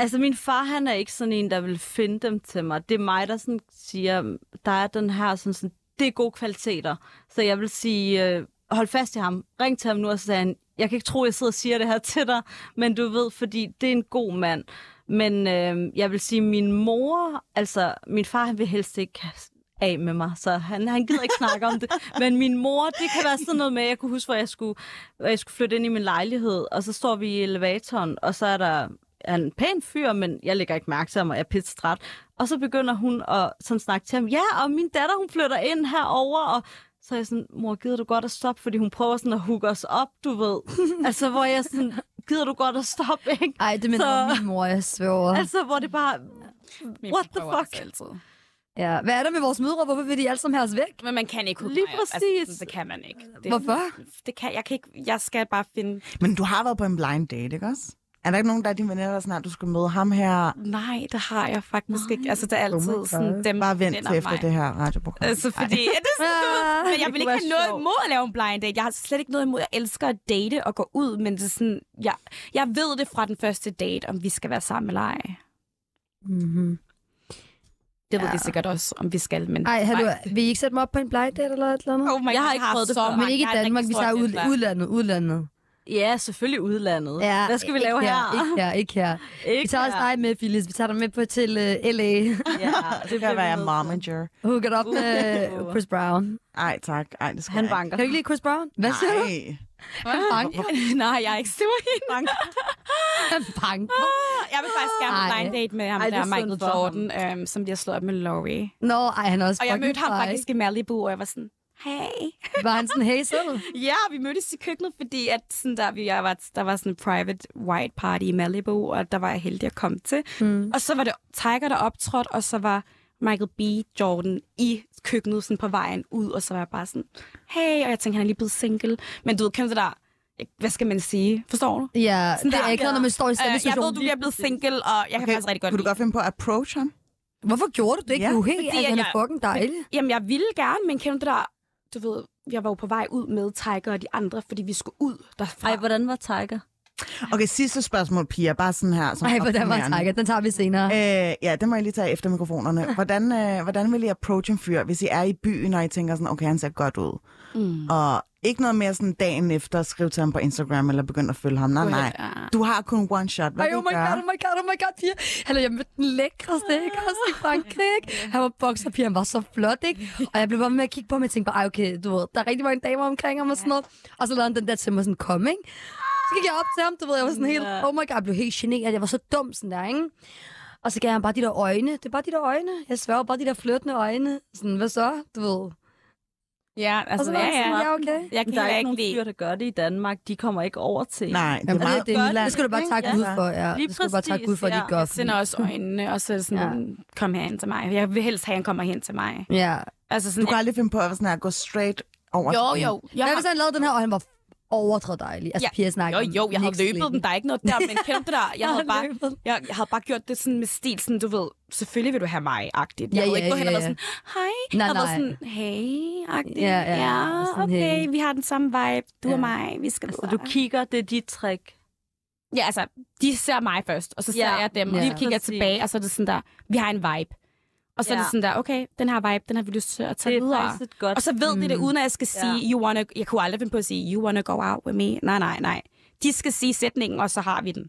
Altså, min far, han er ikke sådan en, der vil finde dem til mig. Det er mig, der sådan siger, der er den her, sådan, sådan det er gode kvaliteter. Så jeg vil sige, øh, hold fast i ham. Ring til ham nu og så sagde han, jeg kan ikke tro, jeg sidder og siger det her til dig, men du ved, fordi det er en god mand. Men øh, jeg vil sige, min mor, altså min far, han vil helst ikke af med mig, så han, han gider ikke snakke om det. Men min mor, det kan være sådan noget med, jeg kunne huske, hvor jeg skulle, hvor jeg skulle flytte ind i min lejlighed, og så står vi i elevatoren, og så er der er en pæn fyr, men jeg lægger ikke mærke til ham, og jeg er pisse træt. Og så begynder hun at sådan snakke til ham, ja, og min datter, hun flytter ind herover og så er jeg sådan, mor, gider du godt at stoppe? Fordi hun prøver sådan at hugge os op, du ved. altså, hvor jeg sådan, gider du godt at stoppe, ikke? Ej, det minder Så- om min mor, jeg svøver. Altså, hvor det bare... What the fuck? Ja. Hvad er der med vores mødre? Hvorfor vil de alle sammen have os væk? Men man kan ikke hugge Lige mig op. præcis. Altså, sådan, det kan man ikke. Det, Hvorfor? Det kan, jeg, kan ikke, jeg skal bare finde... Men du har været på en blind date, ikke også? Er der ikke nogen, der er dine venner, der er sådan, at du skal møde ham her? Nej, det har jeg faktisk ikke. Altså, det er altid Oh my oh sådan God. dem, Bare vent der til efter mig. det her radioprogram. Altså, fordi... Ja, det er sådan, du ved, men jeg det vil kunne ikke have være noget sjovt. imod at lave en blind date. Jeg har slet ikke noget imod. Jeg elsker at date og gå ud, men det er sådan... Jeg, jeg ved det fra den første date, om vi skal være sammen eller ej. Mm-hmm. Det ved Ja. de sikkert også, om vi skal, men... Ej, hallo, vil I ikke sætte mig op på en blind date eller et eller andet? Oh my, Jeg har ikke prøvet det før. Men ikke i Danmark, vi tager ud, udlandet, udlandet. Ja, selvfølgelig udlandet. Ja, Hvad skal vi ikke lave her? Ikke her, ikke her. Ikke Vi tager også dig med, Phyllis. Vi tager dig med på til uh, L.A. Ja, det det kan bliver være vi nødt til. momager. Hooket op med Uh. Chris Brown. Ej, tak. Ej, det skal Han jeg ikke. banker. Kan du ikke lide Chris Brown? Hvad siger du? Nej. Han banker. Nej, jeg er ikke sur i hende. Han banker. Jeg vil faktisk gerne Ej. på blind date med ham Ej, Ej, det er der, synd Michael for ham. Jordan, øhm, som bliver slået op med Laurie. Nå, ej, han er også Og jeg fucking mødte ham fej. faktisk i Malibu, og jeg var sådan, hey. Var han sådan, hey, selv? Ja, vi mødtes i køkkenet, fordi at sådan der, vi, jeg var, der var sådan en private white party i Malibu, og der var jeg heldig at komme til. Mm. Og så var det Tiger, der optrådte, og så var Michael B. Jordan i køkkenet sådan på vejen ud, og så var jeg bare sådan, hey, og jeg tænkte, han er lige blevet single. Men du ved, kender det der, hvad skal man sige? Forstår du? Ja, Sådan det er der. ikke noget, når man står i Øh, samme jeg ved, situation. du er blevet single, og jeg okay. kan faktisk rigtig godt Kunne du lide godt finde på at approach ham? Hvorfor gjorde du det ikke? Ja, Du er helt, fordi altså, han er jeg- fucking dejlig. Jamen, jeg ville gerne, men kender du det der, du ved, jeg var jo på vej ud med Tiger og de andre, fordi vi skulle ud derfra. Ej, hvordan var Tiger? Okay, sidste spørgsmål, Pia. Bare sådan her. Som Ej, hvordan var opsummerende. Tiger? Den tager vi senere. Øh, ja, det må jeg lige tage efter mikrofonerne. Hvordan, øh, hvordan vil I approach en fyr, hvis I er i byen, og I tænker sådan, okay, han ser godt ud? Mm. Og ikke noget mere sådan dagen efter, skrive til ham på Instagram, eller begynde at følge ham. Nej, nej. Du har kun one shot. Hvad Ej, vil I oh my gøre? god, oh my god, oh my god, Pia. Hallo, jeg mødte den lækreste, ikke? Også Ah. i Frankrig, ikke? Han var bokserpige, han var så flot, ikke? Og jeg blev bare med at kigge på ham, og jeg tænkte bare, ej, okay, du ved, der er rigtig mange damer omkring ham og sådan noget. Og så lavede han den der til mig sådan, kom, ikke? Så gik jeg op til ham, du ved, jeg var sådan helt, oh my god, jeg blev helt generet, jeg var så dum sådan der, ikke? Og så gav han bare de der øjne, det er bare de der øjne, jeg sværger bare de der flirtende øjne. Sådan, hvad så, du ved? Ja, Og altså, så var ja, han sådan, ja. ja, okay. Jeg kan Der er heller ikke ikke nogen lide. fyre, der gør det i Danmark. De kommer ikke over til. en. Nej, det er Jamen, meget... det, det, godt, det, det skal du bare ikke? takke Ja. ud for, ja. Lige Det skal du bare takke præcis, ud for, at de ja. gør. Jeg sender også øjnene, og så er det sådan, ja. kom herhen til mig. Jeg vil helst have, at han kommer hen til mig. Ja. Altså sådan, Du kan aldrig finde på at, sådan her, gå straight over jo, til en. jo. Jeg Hvad har, hvis han lavede den her, og han var overdrevet dejlig? Altså, Ja. ja. Pia snakker jo, jo, jeg havde løbet den. Der er ikke noget der, men kendte der. Jeg havde, Han bare, løbede den. jeg, jeg havde bare gjort det sådan med stil, sådan, du ved, selvfølgelig vil du have mig-agtigt. Jeg Ja, havde ja, ikke gået hen og ja, været sådan, hej. Nej, jeg havde nej. været sådan, hey-agtigt. Ja, Ja, ja, ja, sådan, okay, hey. vi har den samme vibe. Ja. Altså, Du ja. og mig, vi skal Så du kigger, det er dit trick. Ja, altså, de ser mig først, og så ser Ja, jeg dem, ja. og de kigger Præcis. tilbage, og så er det sådan der, vi har en vibe. Og så ja. er det Ja. sådan der, okay, den her vibe, den har vi lyst til at tage Det er videre. faktisk et godt- Og så ved mm. de det, uden at jeg skal Ja. sige, you wanna, jeg kunne aldrig finde på at sige, you wanna go out with me. Nej, nej, nej. De skal sige sætningen, og så har vi den.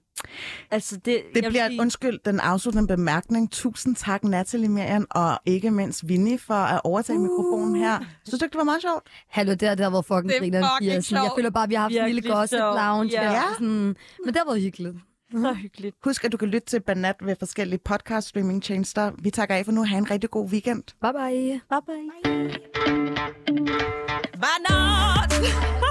Altså, det, Det jeg vil bliver, sige- undskyld, den afsluttende bemærkning. Tusind tak, Natalie Merian, og ikke mindst Vinnie, for at overtage uh. mikrofonen her. Synes du ikke, det var meget sjovt? Hallo, det, her, det har været fucking Det er grineren, fucking Pia. Sådan, Jeg sjovt. føler bare, at vi har haft en lille Virkelig gossip sjovt. lounge. Ja. Der, sådan, men det har været hyggeligt. så hyggeligt. Husk, at du kan lytte til Banat ved forskellige podcast streaming tjenester. Vi takker af for nu. Ha' en rigtig god weekend. Bye bye. Bye bye. Why not?